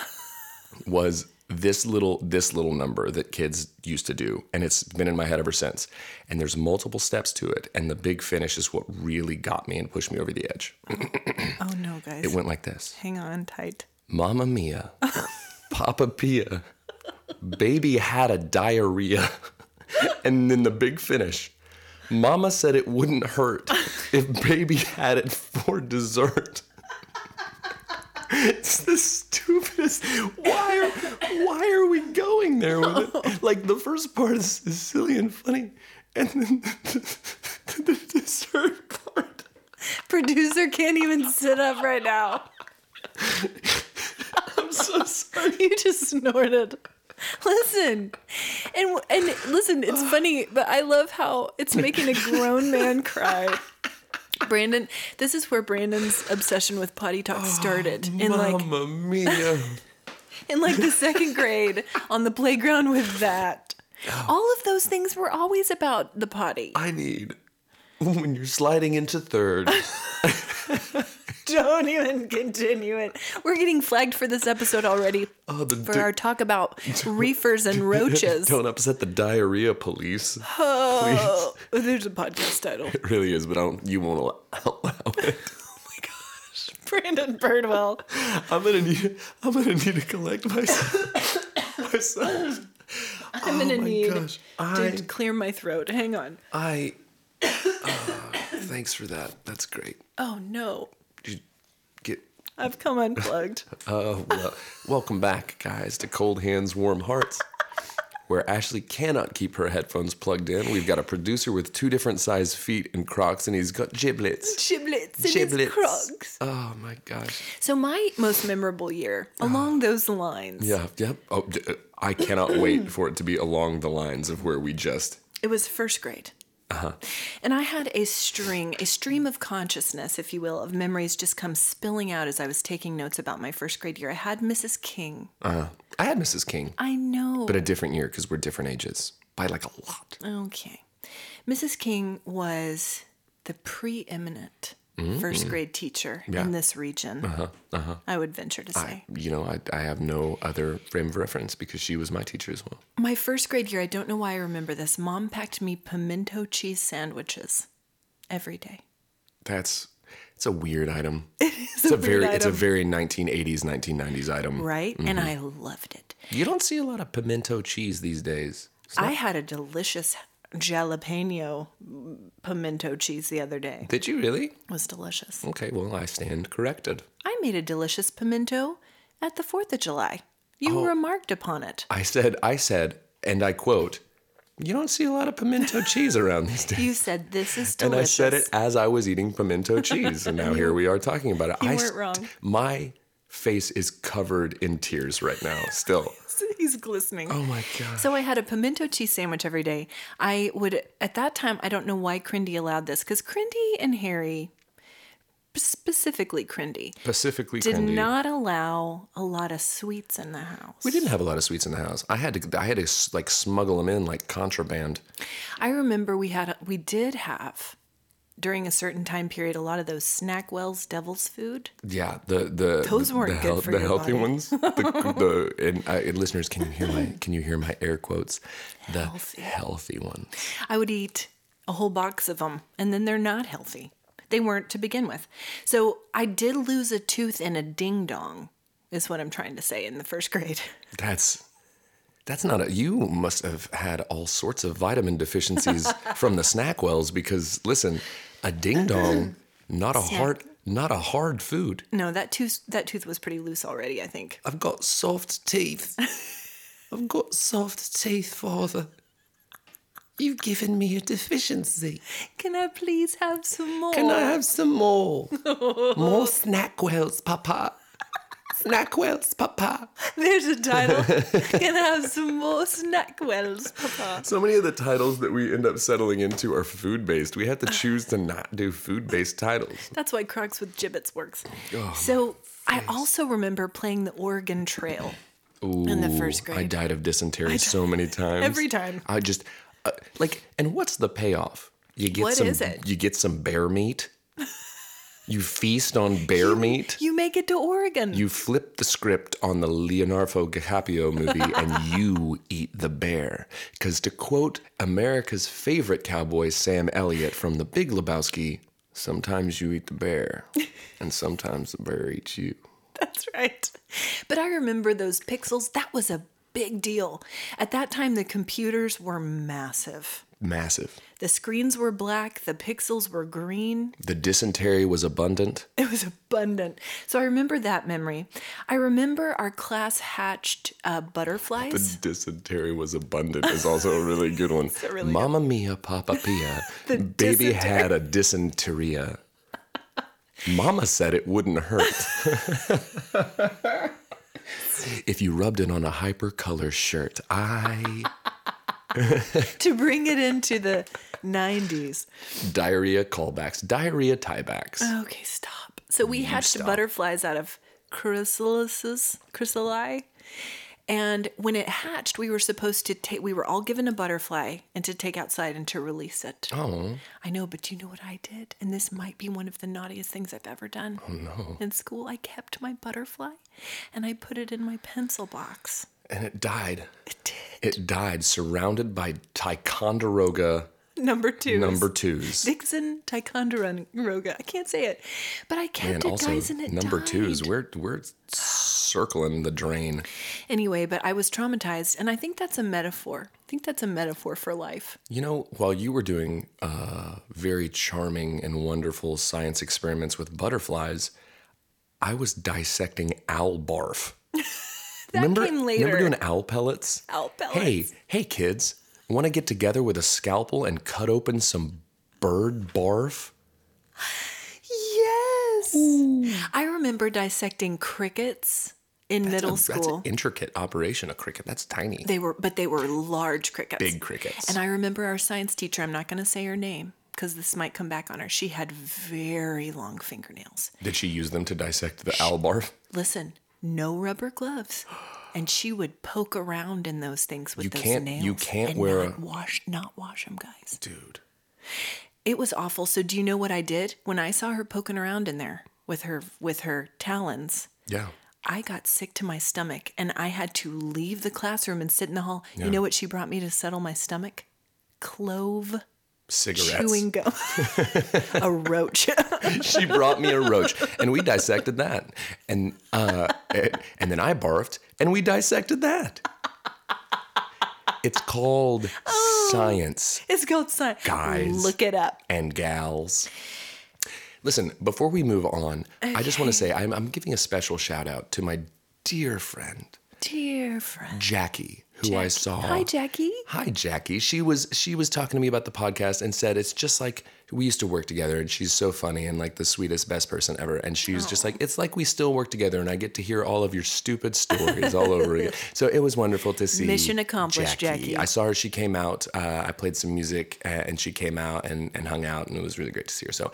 was this little this little number that kids used to do, and it's been in my head ever since. And there's multiple steps to it, and the big finish is what really got me and pushed me over the edge.
Oh no, guys.
It went like this:
Hang on tight.
Mamma Mia, Papa Pia, Baby had a diarrhea, and then the big finish. Mama said it wouldn't hurt if baby had it for dessert. It's the stupidest. Why are why are we going there with it? Like the first part is, is silly and funny, and then the, dessert part.
Producer can't even sit up right now.
I'm so sorry.
You just snorted. Listen, and and listen. It's funny, but I love how it's making a grown man cry. Brandon, this is where Brandon's obsession with potty talk started in like
Mamma mia.
in like the second grade on the playground with that. All of those things were always about the potty.
I need when you're sliding into third.
Don't even continue it. We're getting flagged for this episode already
Oh, the
for
di-
our talk about reefers and roaches.
Don't upset the diarrhea police. It
Oh, there's a podcast title.
really is, but I don't, you won't allow, allow it.
Brandon Birdwell.
I'm gonna need. I'm gonna need to collect myself. myself.
I'm gonna
my
need
gosh.
to
I-
clear my throat. Hang on.
I. ah, thanks for that. That's great.
Oh no,
You get.
I've come unplugged.
Uh, well, welcome back, guys, to Cold Hands, Warm Hearts, where Ashley cannot keep her headphones plugged in. We've got a producer with two different size feet and Crocs, and he's got giblets.
Giblets and his
Giblets.
Crocs.
Oh my gosh.
So my most memorable year, along those lines,
Uh-huh. Yeah, yep. Oh, d- uh, I cannot wait for it to be along the lines of where we just.
it was first grade.
Uh-huh.
And I had a string, a stream of consciousness, if you will, of memories just come spilling out as I was taking notes about my first grade year. I had Mrs. King.
Uh, I had Mrs. King,
I know.
but a different year because we're different ages by like a lot.
Okay. Mrs. King was the preeminent
Mm-hmm.
first grade teacher in this region. Uh-huh. Uh-huh. I would venture to say.
You know, I, I have no other frame of reference because she was my teacher as well.
My first grade year, I don't know why I remember this. Mom packed me pimento cheese sandwiches every day.
That's it's a weird item. It's a, very
weird
it's a
item.
very 1980s 1990s item.
Right? And
Mm-hmm.
I loved it.
You don't see a lot of pimento cheese these days.
I had a delicious jalapeno pimento cheese the other day.
Did you really?
It was delicious.
Okay, well I stand corrected.
I made a delicious pimento at the 4th of July.
Oh.
You remarked upon it.
I said, I said, and I quote, you don't see a lot of pimento cheese around these days.
You said this is
And I
delicious.
said it as I was eating pimento cheese, and now here we are talking about it.
You
I
weren't
st-
wrong.
My face is covered in tears right now, still.
He's glistening.
oh my God.
So I had a pimento cheese sandwich every day. I would, at that time, I don't know why Crindy allowed this because Crindy and Harry, specifically Crindy,
Specifically,
did
Crindy.
not allow a lot of sweets in the house.
we didn't have a lot of sweets in the house. I had to, I had to s- like smuggle them in like contraband.
I remember we had, a, we did have during a certain time period a lot of those Snackwell's Devil's Food.
Yeah, the the
Those
the-
weren't
the
good for
the
your
healthy
body.
ones. The, the and, I, and listeners, can you hear my can you hear my air quotes? The healthy, healthy ones.
I would eat a whole box of them, and then they're not healthy. They weren't to begin with. So I did lose a tooth in a ding dong, is what I'm trying to say in the first grade.
That's that's not a you must have had all sorts of vitamin deficiencies from the snack wells because listen, a ding dong, not a hard not a hard food.
No, that tooth that tooth was pretty loose already, I think.
I've got soft teeth. I've got soft teeth, father. You've given me a deficiency.
Can I please have some more?
Can I have some more? more snack wells, papa. Snack wells, papa.
There's a title. Gonna have some more snack wells, Papa.
So many of the titles that we end up settling into are food based. We have to choose to not do food based titles.
That's why Crocs with Gibbets works. so I also remember playing the Oregon Trail.
in
the first grade.
I died of dysentery so many times.
Every time.
I just uh, like, and what's the payoff? You get
What
some.
is it?
You get some bear meat. you feast on bear meat.
You make it to Oregon.
You flip the script on the Leonardo DiCaprio movie and you eat the bear. Because to quote America's favorite cowboy, Sam Elliott from The Big Lebowski, sometimes you eat the bear and sometimes the bear eats you.
That's right. But I remember those pixels. That was a big deal. At that time, the computers were massive.
Massive.
The screens were black, the pixels were green.
The dysentery was abundant.
It was abundant. So I remember that memory. I remember our class hatched uh, butterflies.
The dysentery was abundant is also a really good one.
really
Mama Mia, Papa Pia. Baby
dysentery.
had a dysenteria. Mama said it wouldn't hurt. if you rubbed it on a hyper color shirt, I
to bring it into the 90s.
diarrhea callbacks, diarrhea tiebacks.
Okay, Mm, stop. So we hatched butterflies out of chrysalises, chrysalli. And when it hatched, we were supposed to take, we were all given a butterfly and to take outside and to release it.
Oh,
I know, but you know what I did? And this might be one of the naughtiest things I've ever done. Oh, no. In school, I kept my butterfly and I put it in my pencil box.
and it died.
It did.
It died surrounded by Ticonderoga
Number two.
number twos.
Dixon Ticonderoga. I can't say it, but I kept
And
it,
also
guys, and it
number
died.
twos. We're we're circling the drain.
Anyway, but I was traumatized, and I think that's a metaphor. I think that's a metaphor for life.
You know, while you were doing uh, very charming and wonderful science experiments with butterflies, I was dissecting owl barf.
That came later.
Remember doing owl pellets?
Owl
Hey, hey, kids! Want to get together with a scalpel and cut open some bird barf?
yes. I remember dissecting crickets in middle
That's an
school.
intricate operation. A cricket. That's tiny.
They were, but they were large crickets.
Big crickets.
And I remember our science teacher. I'm not going to say her name because this might come back on her. She had very long fingernails.
Did she use them to dissect the owl barf?
Listen, no rubber gloves, and she would poke around in those things with
You
those
can't-
nails.
you can't
and
wear
not wash, not wash them, guys.
Dude.
It was awful. So do you know what I did when I saw her poking around in there with her with her talons?
Yeah.
I got sick to my stomach and I had to leave the classroom and sit in the hall. You know what she brought me to settle my stomach? Clove
Cigarettes.
chewing gum. a roach.
she brought me a roach and we dissected that and uh and then i barfed and we dissected that it's called science
it's called science.
Guys.
Look it up.
and gals listen before we move on i just want to say I'm, I'm giving a special shout out to my dear friend
Dear friend.
jackie who i saw
Hi Jackie.
Hi Jackie. She was she was talking to me about the podcast and said it's just like we used to work together and she's so funny and like the sweetest best person ever and she was just like it's like we still work together and I get to hear all of your stupid stories all over again. So it was wonderful to see
Mission accomplished, Jackie.
I saw her. She came out. Uh, I played some music uh, and she came out and, and hung out and it was really great to see her. So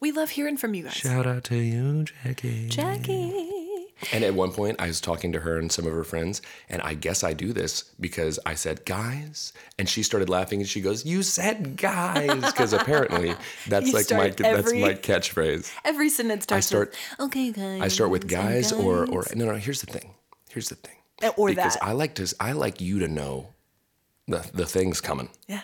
We love hearing from you guys.
shout out to you, Jackie.
Jackie.
And at one point, I was talking to her and some of her friends, and I guess I do this because I said guys, and she started laughing, and she goes, "You said guys," because apparently that's
You
like my
start
that's
every-
my catchphrase.
Every sentence starts
start-
with, okay guys.
I start with
and
guys, or or no no. Here's the thing. Here's the thing.
or
because
that.
I like to I like you to know the the things coming.
Yeah.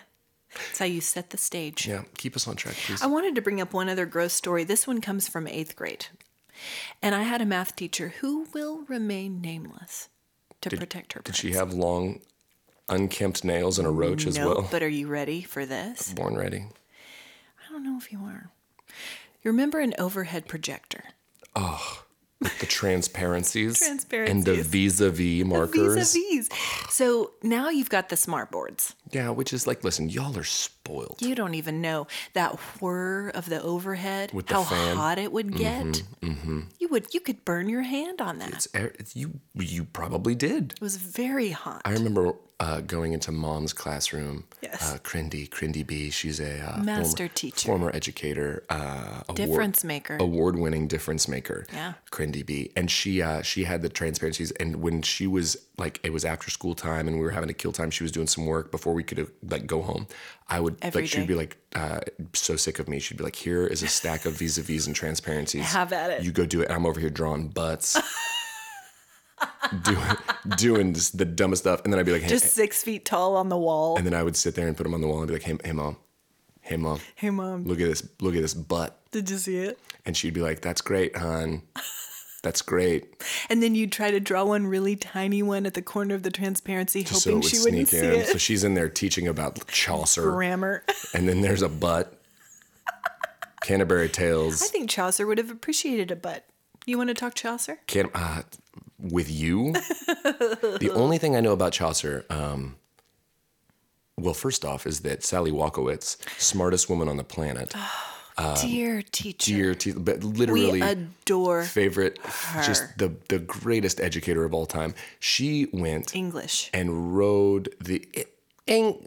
That's how you set the stage.
Yeah, keep us on track, please.
I wanted to bring up one other gross story. This one comes from eighth grade. And I had a math teacher who will remain nameless to protect her.
Did she have long, unkempt nails and a roach as
no,
well?
but are you ready for this?
Born ready.
I don't know if you are. You remember an overhead projector?
Oh, with the transparencies, and the
Transparencies.
vis-a-vis markers.
Vis-a-vis. So now you've got the smart boards.
Yeah, which is like, listen, y'all are spoiled.
You don't even know that whir of the overhead,
With the
how
fan. Mm-hmm,
hot it would get. You would you could burn your hand on that.
It's, er- it's- you you probably did.
it was very hot.
I remember uh, going into mom's classroom.
Yes.
Uh, Crindy, Crindy B. She's a uh,
Master
former,
teacher.
former educator, uh, award-
Difference maker.
award-winning difference maker.
Yeah.
Crindy B. And she uh, she had the transparencies. And when she was like, it was after school time, and we were having a kill time. She was doing some work before we could uh, like go home. I would
Every
like she'd
day.
be like uh, so sick of me. She'd be like, here is a stack of vis-a-vis and transparencies.
Have at it.
You go do it. And I'm over here drawing butts. doing doing just the dumbest stuff, and then I'd be like, hey,
Just six feet tall on the wall.
and then I would sit there and put them on the wall and be like, hey, hey mom, hey mom,
Hey mom,
look at this, look at this butt,
did you see it?
and she'd be like, that's great, hon, that's great,
And then you'd try to draw one really tiny one at the corner of the transparency,
so it
hoping
would
she wouldn't
sneak
see
in.
it.
So she's in there teaching about Chaucer,
Grammar.
and then there's a butt, Canterbury
I
Tales,
think Chaucer would have appreciated a butt. You want to talk Chaucer?
can uh, with you. the only thing I know about Chaucer. Um, well, first off, is that Sally Walkowitz, smartest woman on the planet,
dear teacher,
Uh, dear, te- but literally,
we adore
favorite, just the the greatest educator of all time. She went
English.
and rode the Eng-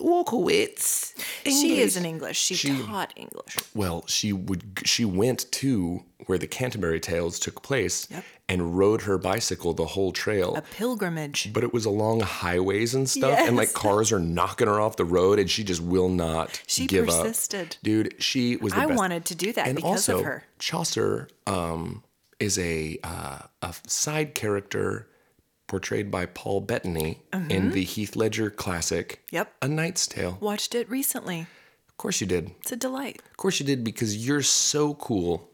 Walkowitz.
She
English.
isn't English. She, taught English.
Well, she would. She went to where the Canterbury Tales took place
Yep.
and rode her bicycle the whole trail.
A pilgrimage.
but it was along highways and stuff, and like
Yes.
cars are knocking her off the road, and she just will not
She
give
persisted.
up. Dude, she was the
I
best.
wanted to do that
and
because
also,
of her.
Chaucer um, is a uh, a side character portrayed by Paul Bettany
Mm-hmm.
in the Heath Ledger classic
Yep.
A Knight's Tale.
Watched it recently.
Of course you did.
It's a delight.
Of course you did because you're so cool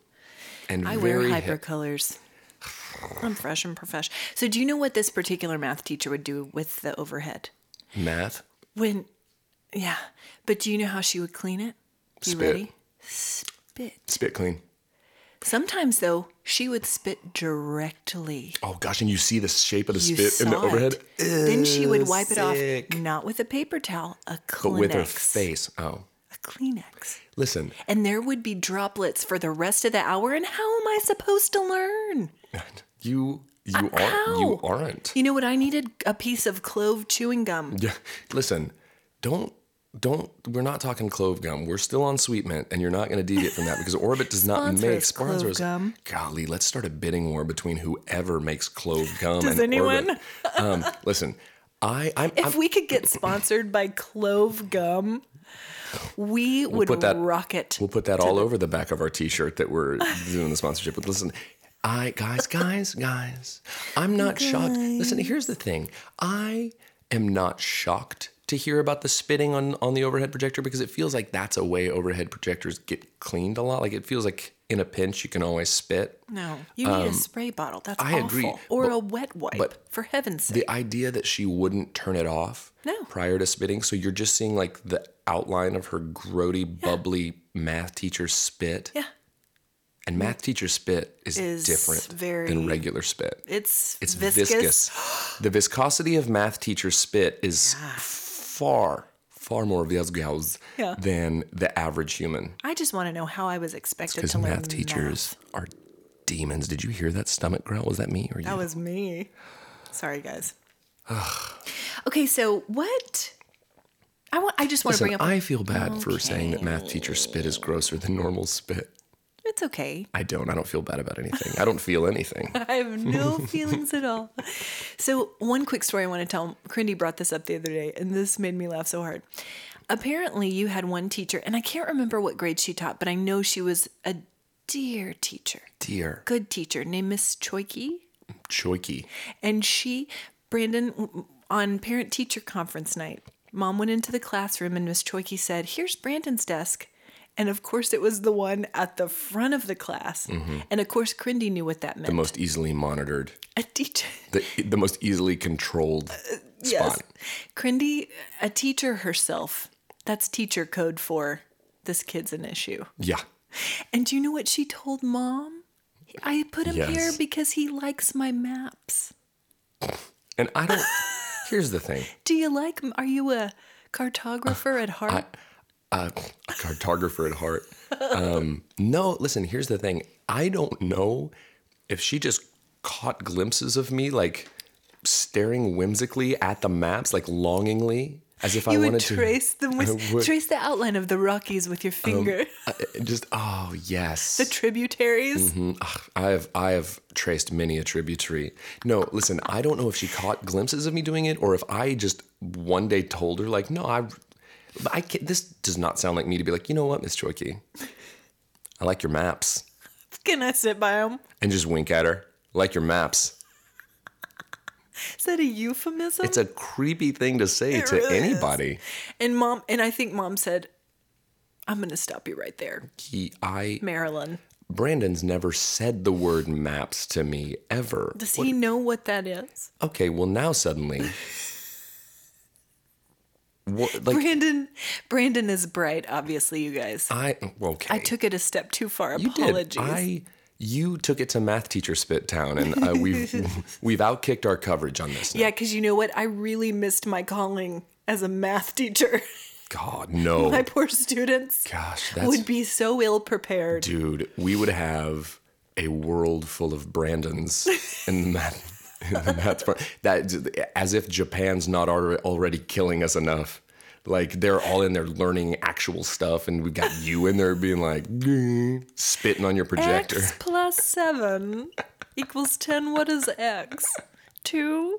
and
I wear
very hip.
hypercolors. I'm fresh and profesh. So do you know what this particular math teacher would do with the overhead?
math.
When yeah. But do you know how she would clean it? You
Spit.
ready? Spit.
Spit clean.
Sometimes though, she would spit directly.
Oh gosh, and you see the shape of the
You
spit in the
saw it.
overhead.
Then she would wipe
sick.
it off, not with a paper towel, a Kleenex.
But with her face. Oh.
A Kleenex.
Listen,
And there would be droplets for the rest of the hour. And how am I supposed to learn?
you
Uh,
you aren't you aren't.
You know what? I needed a piece of clove chewing gum.
Yeah. Listen, don't don't we're not talking clove gum. We're still on sweet mint and you're not gonna deviate from that because Orbit does not
Sponsor
make
us, clove
sponsors.
gum.
Golly, let's start a bidding war between whoever makes clove gum.
Does
and
anyone?
Orbit. Um, listen, I I'm, I'm
If we could get sponsored by clove gum, we would
put that-
rock it.
We'll put that all over the back of our T-shirt that we're doing the sponsorship. But listen, I guys, guys, guys, I'm not shocked. Listen, here's the thing: I am not shocked to hear about the spitting on on the overhead projector because it feels like that's a way overhead projectors get cleaned a lot. Like it feels like in a pinch you can always spit.
No, you need a spray bottle. That's
Um, I
awful.
agree,
Or
but-
a wet wipe,
but
for heaven's sake.
The idea that she wouldn't turn it off
No.
prior to spitting, so you're just seeing like the outline of her grody, bubbly math teacher spit.
yeah,
And math teacher spit is,
Is
different
very-
than regular spit.
it's
It's
viscous.
viscous. the viscosity of math teacher spit is far, far more viscous
Yeah.
than the average human.
I just want to know how I was expected
Because
to learn
math teachers are demons. Did you hear that stomach growl? Was that me or you?
That was me. Sorry, guys. okay, so what? I want. I just want to
Listen,
bring up.
I feel bad for saying that math teacher spit is grosser than normal spit.
it's okay.
I don't. I don't feel bad about anything. I don't feel anything.
I have no feelings at all. So, one quick story I want to tell. Crindy brought this up the other day, and this made me laugh so hard. Apparently, you had one teacher, and I can't remember what grade she taught, but I know she was a dear teacher,
Dear
good teacher named Miss Choiky.
Choiky.
And she, Brandon, w- on parent teacher conference night, mom went into the classroom and Miss Choiky said, Here's Brandon's desk. And of course, it was the one at the front of the class. And of course, Crindy knew what that meant.
Mm-hmm. The most easily monitored.
a teacher.
The, the most easily controlled
Uh,
spot.
Yes. Crindy, a teacher herself. That's teacher code for this kid's an issue.
Yeah.
And do you know what she told mom? I put him here
Yes.
because he likes my maps.
And I don't. here's the thing.
Do you like? Are you a cartographer at heart?
uh, a cartographer at heart. Um, no, listen, here's the thing. I don't know if she just caught glimpses of me, like staring whimsically at the maps, like longingly, as if I
you would
wanted
trace them with
I would- Um,
trace the outline of the Rockies with your finger.
to. I- Uh, just, oh, yes.
the tributaries.
Mm, Ugh, I have I have traced many a tributary. No, listen, I don't know if she caught glimpses of me doing it or if I just one day told her like, no, I, I can't, this does not sound like me to be like, you know what, Miss Choiki, I like your maps,
Can I sit by him?
and just wink at her, like your maps.
Is that a euphemism?
It's a creepy thing to say
It
to
really is.
anybody.
and mom, and I think mom said, "I'm going to stop you right there,
He, I,
Marilyn.
Brandon's never said the word maps to me ever.
Does he know what that is?"
Okay, well now suddenly. What, like
Brandon, Brandon is bright. Obviously, you guys.
I okay.
I took it a step too far.
you
Apologies.
did. I you took it to math teacher spit town, and uh, we've we've outkicked our coverage on this. Now.
yeah, because you know what? I really missed my calling as a math teacher.
God no,
my poor students
gosh, that's
would be so ill prepared.
dude. We would have a world full of Brandons in the math in the math part. That as if Japan's not alre- already killing us enough. Like they're all in there learning actual stuff, and we've got you in there being like spitting on your projector.
X plus seven equals ten. What is X? Two.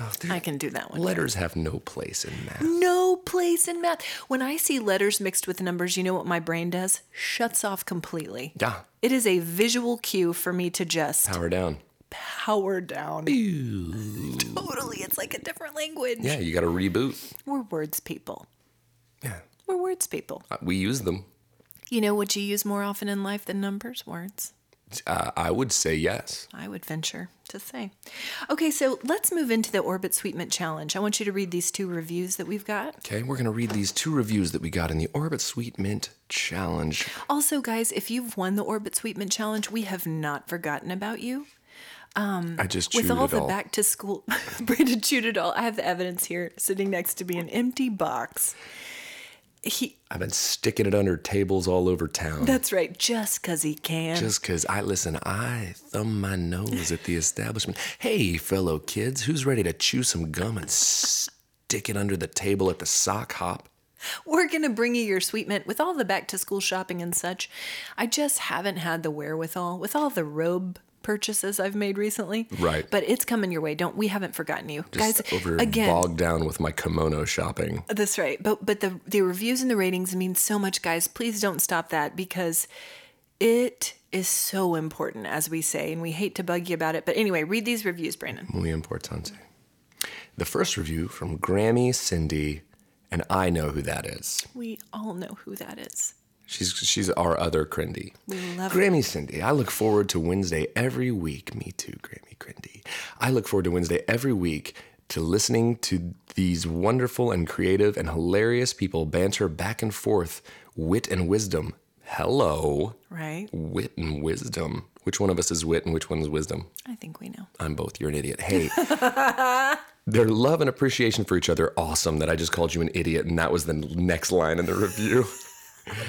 Oh,
I can do that one.
Letters have no place in math.
no place in math. When I see letters mixed with numbers, you know what my brain does? Shuts off completely.
Yeah,
It is a visual cue for me to just
power down.
power down. totally. It's like a different language.
Yeah, you got to reboot.
We're words people.
Yeah.
We're words people.
Uh, We use them.
You know what you use more often in life than numbers? Words.
Uh, I would say yes.
I would venture to say. Okay, so let's move into the Orbit Sweetment Challenge. I want you to read these two reviews that we've got.
Okay, we're going to read these two reviews that we got in the Orbit Sweet Mint Challenge.
Also, guys, if you've won the Orbit Sweetment Challenge, we have not forgotten about you.
I just chewed
Mm. With all
it
the
all.
back to school, Brandon chewed it all. I have the evidence here sitting next to me, an empty box. He,
I've been sticking it under tables all over town.
that's right, just because he can.
just because I listen, I thumb my nose at the establishment. Hey, fellow kids, who's ready to chew some gum and stick it under the table at the sock hop?
We're going to bring you your sweetment with all the back to school shopping and such. I just haven't had the wherewithal with all the robe purchases I've made recently.
Right.
But it's coming your way. Don't we haven't forgotten you.
Just
Guys,
over
again,
bogged down with my kimono shopping.
that's right. But but the the reviews and the ratings mean so much, guys. Please don't stop that because it is so important as we say and we hate to bug you about it. But anyway, read these reviews, Brandon.
Muy importante. The first review from Grammy Cindy, and I know who that is.
We all know who that is.
She's she's our other Crindy.
We love her.
Grammy Cindy. I look forward to Wednesday every week. Me too, Grammy Crindy. I look forward to Wednesday every week to listening to these wonderful and creative and hilarious people banter back and forth wit and wisdom. Hello.
Right?
Wit and wisdom. Which one of us is wit and which one's wisdom?
I think we know.
I'm both. You're an idiot. Hey. Their love and appreciation for each other, awesome that I just called you an idiot, and that was the next line in the review.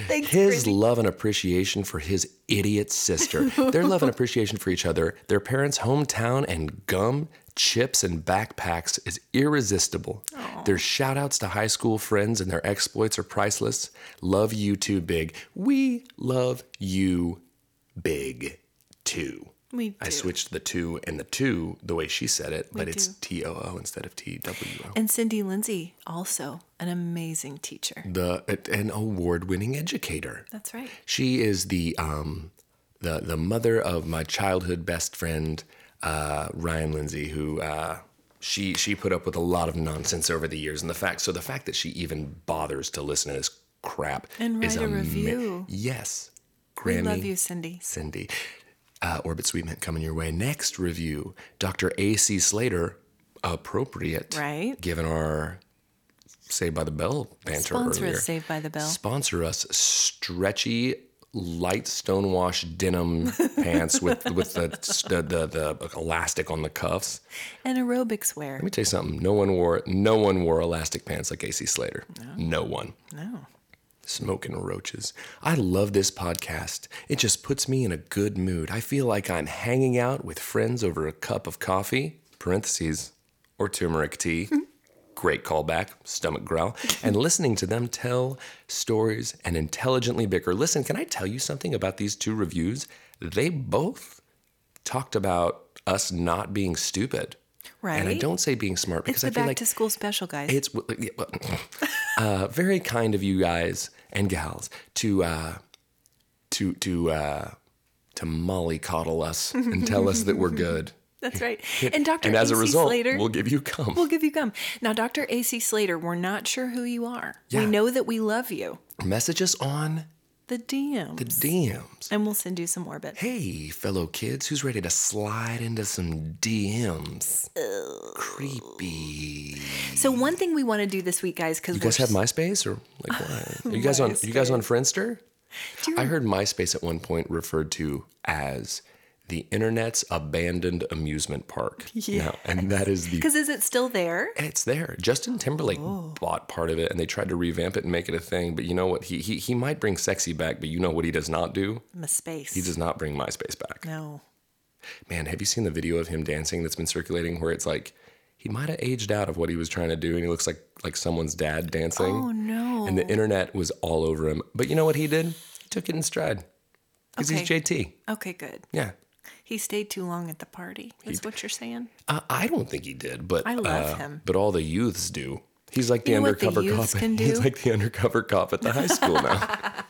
Thanks,
His love and appreciation for his idiot sister. Their love and appreciation for each other, their parents' hometown, and gum, chips, and backpacks is irresistible. Their shout outs to high school friends and their exploits are priceless. Love you too big. We love you big too.
We
I
do.
switched the two and the two the way she said it, but it's T O O instead of T W O.
And Cindy Lindsay, also an amazing teacher.
The an award-winning educator.
That's right.
She is the um, the the mother of my childhood best friend uh, Ryan Lindsay, who uh, she she put up with a lot of nonsense over the years, and the fact so the fact that she even bothers to listen to this crap
And
is
write a
ama-
review.
Yes,
We
Grammy.
love you, Cindy.
Cindy. Uh, Orbit Sweetment coming your way. Next review, Dr. A.C. Slater, appropriate.
Right.
Given our Saved by the Bell banter
Sponsor
earlier.
is Saved by the Bell.
Sponsor us, stretchy light stonewash denim pants with with the, the the the elastic on the cuffs.
And aerobics wear.
Let me tell you something. No one wore no one wore elastic pants like AC Slater. No, one.
No.
Smoking roaches. I love this podcast. It just puts me in a good mood. I feel like I'm hanging out with friends over a cup of coffee, parentheses, or turmeric tea. Great callback, stomach growl, and listening to them tell stories and intelligently bicker. Listen, can I tell you something about these two reviews? They both talked about us not being stupid. And I
Right.
don't say being smart
It's
because
the
I feel
back
like
to school special, guys.
it's yeah, well, uh, very kind of you guys and gals to uh, to to uh, to mollycoddle us and tell us that we're good.
That's right. And Dr.
and as a
AC
result,
Slater,
we'll give you cum.
we'll give you gum. Now, Dr. AC Slater, we're not sure who you are.
Yeah.
We know that we love you.
Message us on
The DMs.
the DMs.
and we'll send you some orbit.
Hey, fellow kids, who's ready to slide into some DMs? Creepy.
So one thing we want to do this week, guys, because
You guys have MySpace or like what? Are you guys on? You guys on Friendster?
Do you
I heard MySpace at one point referred to as the internet's abandoned amusement park. Yeah, and that is the.
because is it still there?
It's there. Justin Timberlake
Oh.
bought part of it, and they tried to revamp it and make it a thing. But you know what? He he he might bring sexy back, but you know what he does not do?
My space.
He does not bring MySpace back.
no.
Man, have you seen the video of him dancing that's been circulating where it's like he might have aged out of what he was trying to do, and he looks like like someone's dad dancing.
Oh no.
And the internet was all over him. But you know what he did? He took it in stride. Because he's
Okay.
JT.
okay, good.
Yeah.
He stayed too long at the party. Is what you're saying?
Uh, I don't think he did, but
I love
uh,
him.
But all the youths do. He's like the
You know what the
undercover
youths
cop. at-
can
He's
do?
like the undercover cop at the high school now.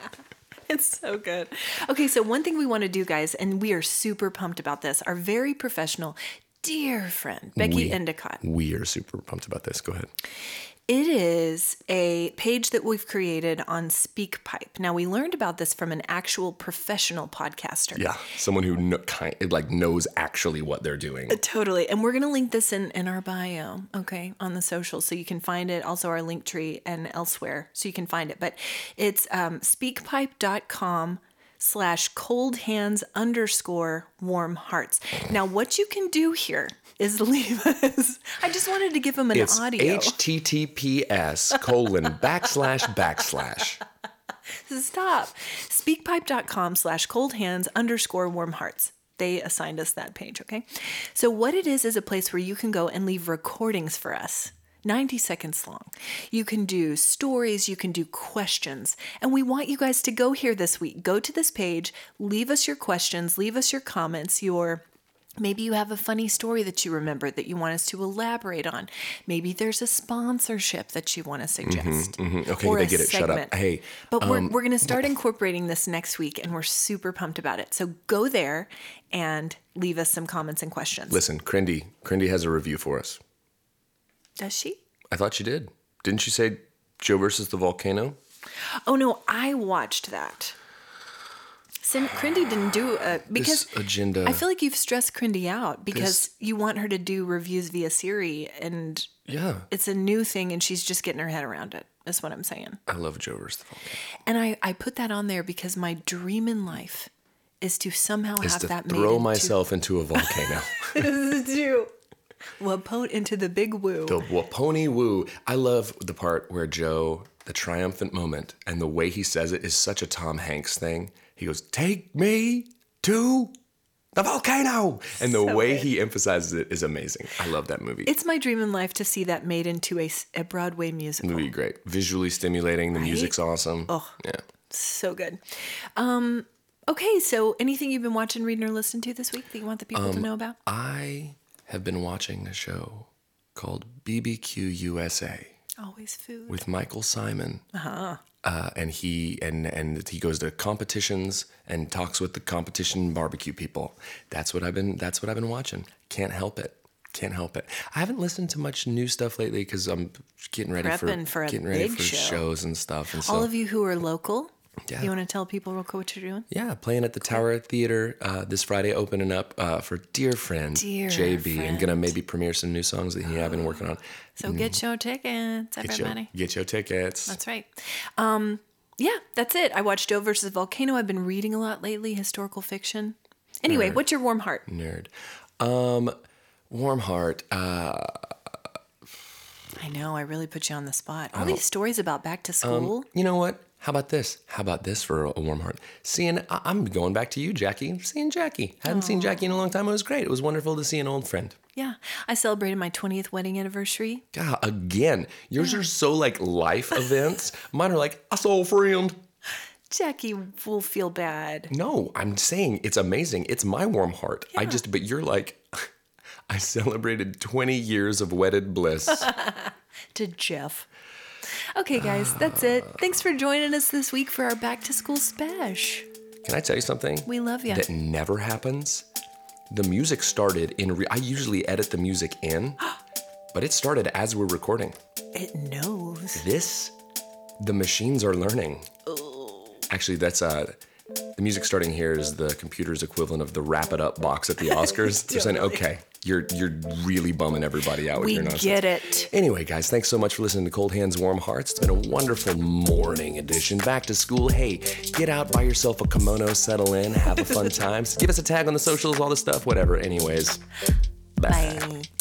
It's so good. Okay, so one thing we want to do, guys, and we are super pumped about this. Our very professional, dear friend Becky
We-
Endicott.
we are super pumped about this. Go ahead.
It is a page that we've created on SpeakPipe. Now we learned about this from an actual professional podcaster.
Yeah, someone who kno- kind like knows actually what they're doing.
Uh, Totally. And we're going to link this in, in our bio, okay, on the social. So you can find it, also our link tree and elsewhere. So you can find it. But it's um, speakpipe.com slash cold hands underscore warm hearts. Now, what you can do here is leave us. I just wanted to give them an
It's
audio.
HTTPS colon backslash backslash.
Stop. Speakpipe.com slash cold hands underscore warm hearts. They assigned us that page, okay? So, what it is, is a place where you can go and leave recordings for us. 90 seconds long. You can do stories, you can do questions. And we want you guys to go here this week. Go to this page, leave us your questions, leave us your comments, your Maybe you have a funny story that you remember that you want us to elaborate on. Maybe there's a sponsorship that you want to suggest.
Mm-hmm, Okay,
or
they
a
get it. Shut up.
segment.
Hey,
But we're,
Um,
we're going to start incorporating this next week, and we're super pumped about it. So go there and leave us some comments and questions.
listen, Crindy. Crindy has a review for us.
Does she?
I thought she did. Didn't she say Joe versus the volcano?
Oh, no, I watched that. Sin- Crindy didn't do a, because
this agenda.
I feel like you've stressed Crindy out because
This-
you want her to do reviews via Siri, and
yeah,
it's a new thing, and she's just getting her head around it. That's what I'm saying.
I love Joe versus the volcano.
And I, I put that on there because my dream in life is to somehow
Is
have
to
that made
throw
into-
myself into a volcano.
do. Wapote into the big woo.
the Waponi woo. I love the part where Joe, the triumphant moment, and the way he says it is such a Tom Hanks thing. He goes, "Take me to." The volcano, and the way he emphasizes it is amazing. I love that movie.
It's my dream in life to see that made into a, s- a Broadway musical.
movie great, visually stimulating. The music's awesome. Oh, yeah.
So good. Um, okay, so anything you've been watching, reading, or listening to this week that you want the people
Um,
to know about?
I have been watching a show called BBQ USA.
Always food.
with Michael Simon. Uh-huh. and he and and he goes to competitions and talks with the competition barbecue people. That's what I've been that's what I've been watching. Can't help it. Can't help it. I haven't listened to much new stuff lately cuz I'm getting ready
Prepping
for
for a
getting ready
big
for
show.
shows and stuff and so
All of you who are local,
Yeah.
you want to tell people real quick what you're doing?
yeah, playing at the Tower Theater uh, this Friday, opening up uh, for dear friend
Dear
JB. I'm
friend. Oh,
gonna maybe premiere some new songs that he and I've been working on.
So get your tickets,
Mm. Get your,
everybody.
get your tickets.
That's right. Um, yeah, that's it. I watched Joe versus Volcano. I've been reading a lot lately, historical fiction. Anyway, what's your warm heart?
Nerd. Um, warm heart. Uh,
I know, I really put you on the spot.
Oh.
All these stories about back
Um,
to school.
you know what? How about this? How about this for a warm heart? Seeing, I- I'm going back to you, Jackie. Seeing Jackie. Hadn't seen Jackie in a long time. It was great. It was wonderful to see an old friend.
yeah. I celebrated my 20th wedding anniversary.
God, again, yours are so like life events. Mine are like, I saw a friend.
Jackie will feel bad.
No, I'm saying it's amazing. It's my warm heart. I just, but you're like, I celebrated 20 years of wedded bliss.
to Jeff. Okay, guys, that's it. Thanks for joining us this week for our back to school special.
Can I tell you something?
We love ya.
That never happens. The music started in. Re- I usually edit the music in, but it started as we're recording.
It knows.
This, the machines are learning. Actually, that's uh, the music starting here is the computer's equivalent of the wrap it up box at the Oscars. They're saying, okay, you're you're really bumming everybody out with
We
your nonsense.
get it.
Anyway, guys, thanks so much for listening to Cold Hands, Warm Hearts. It's been a wonderful morning edition. Back to school. Hey, get out, buy yourself a kimono, settle in, have a fun time. Give us a tag on the socials, all this stuff, whatever. Anyways, bye.
Bye.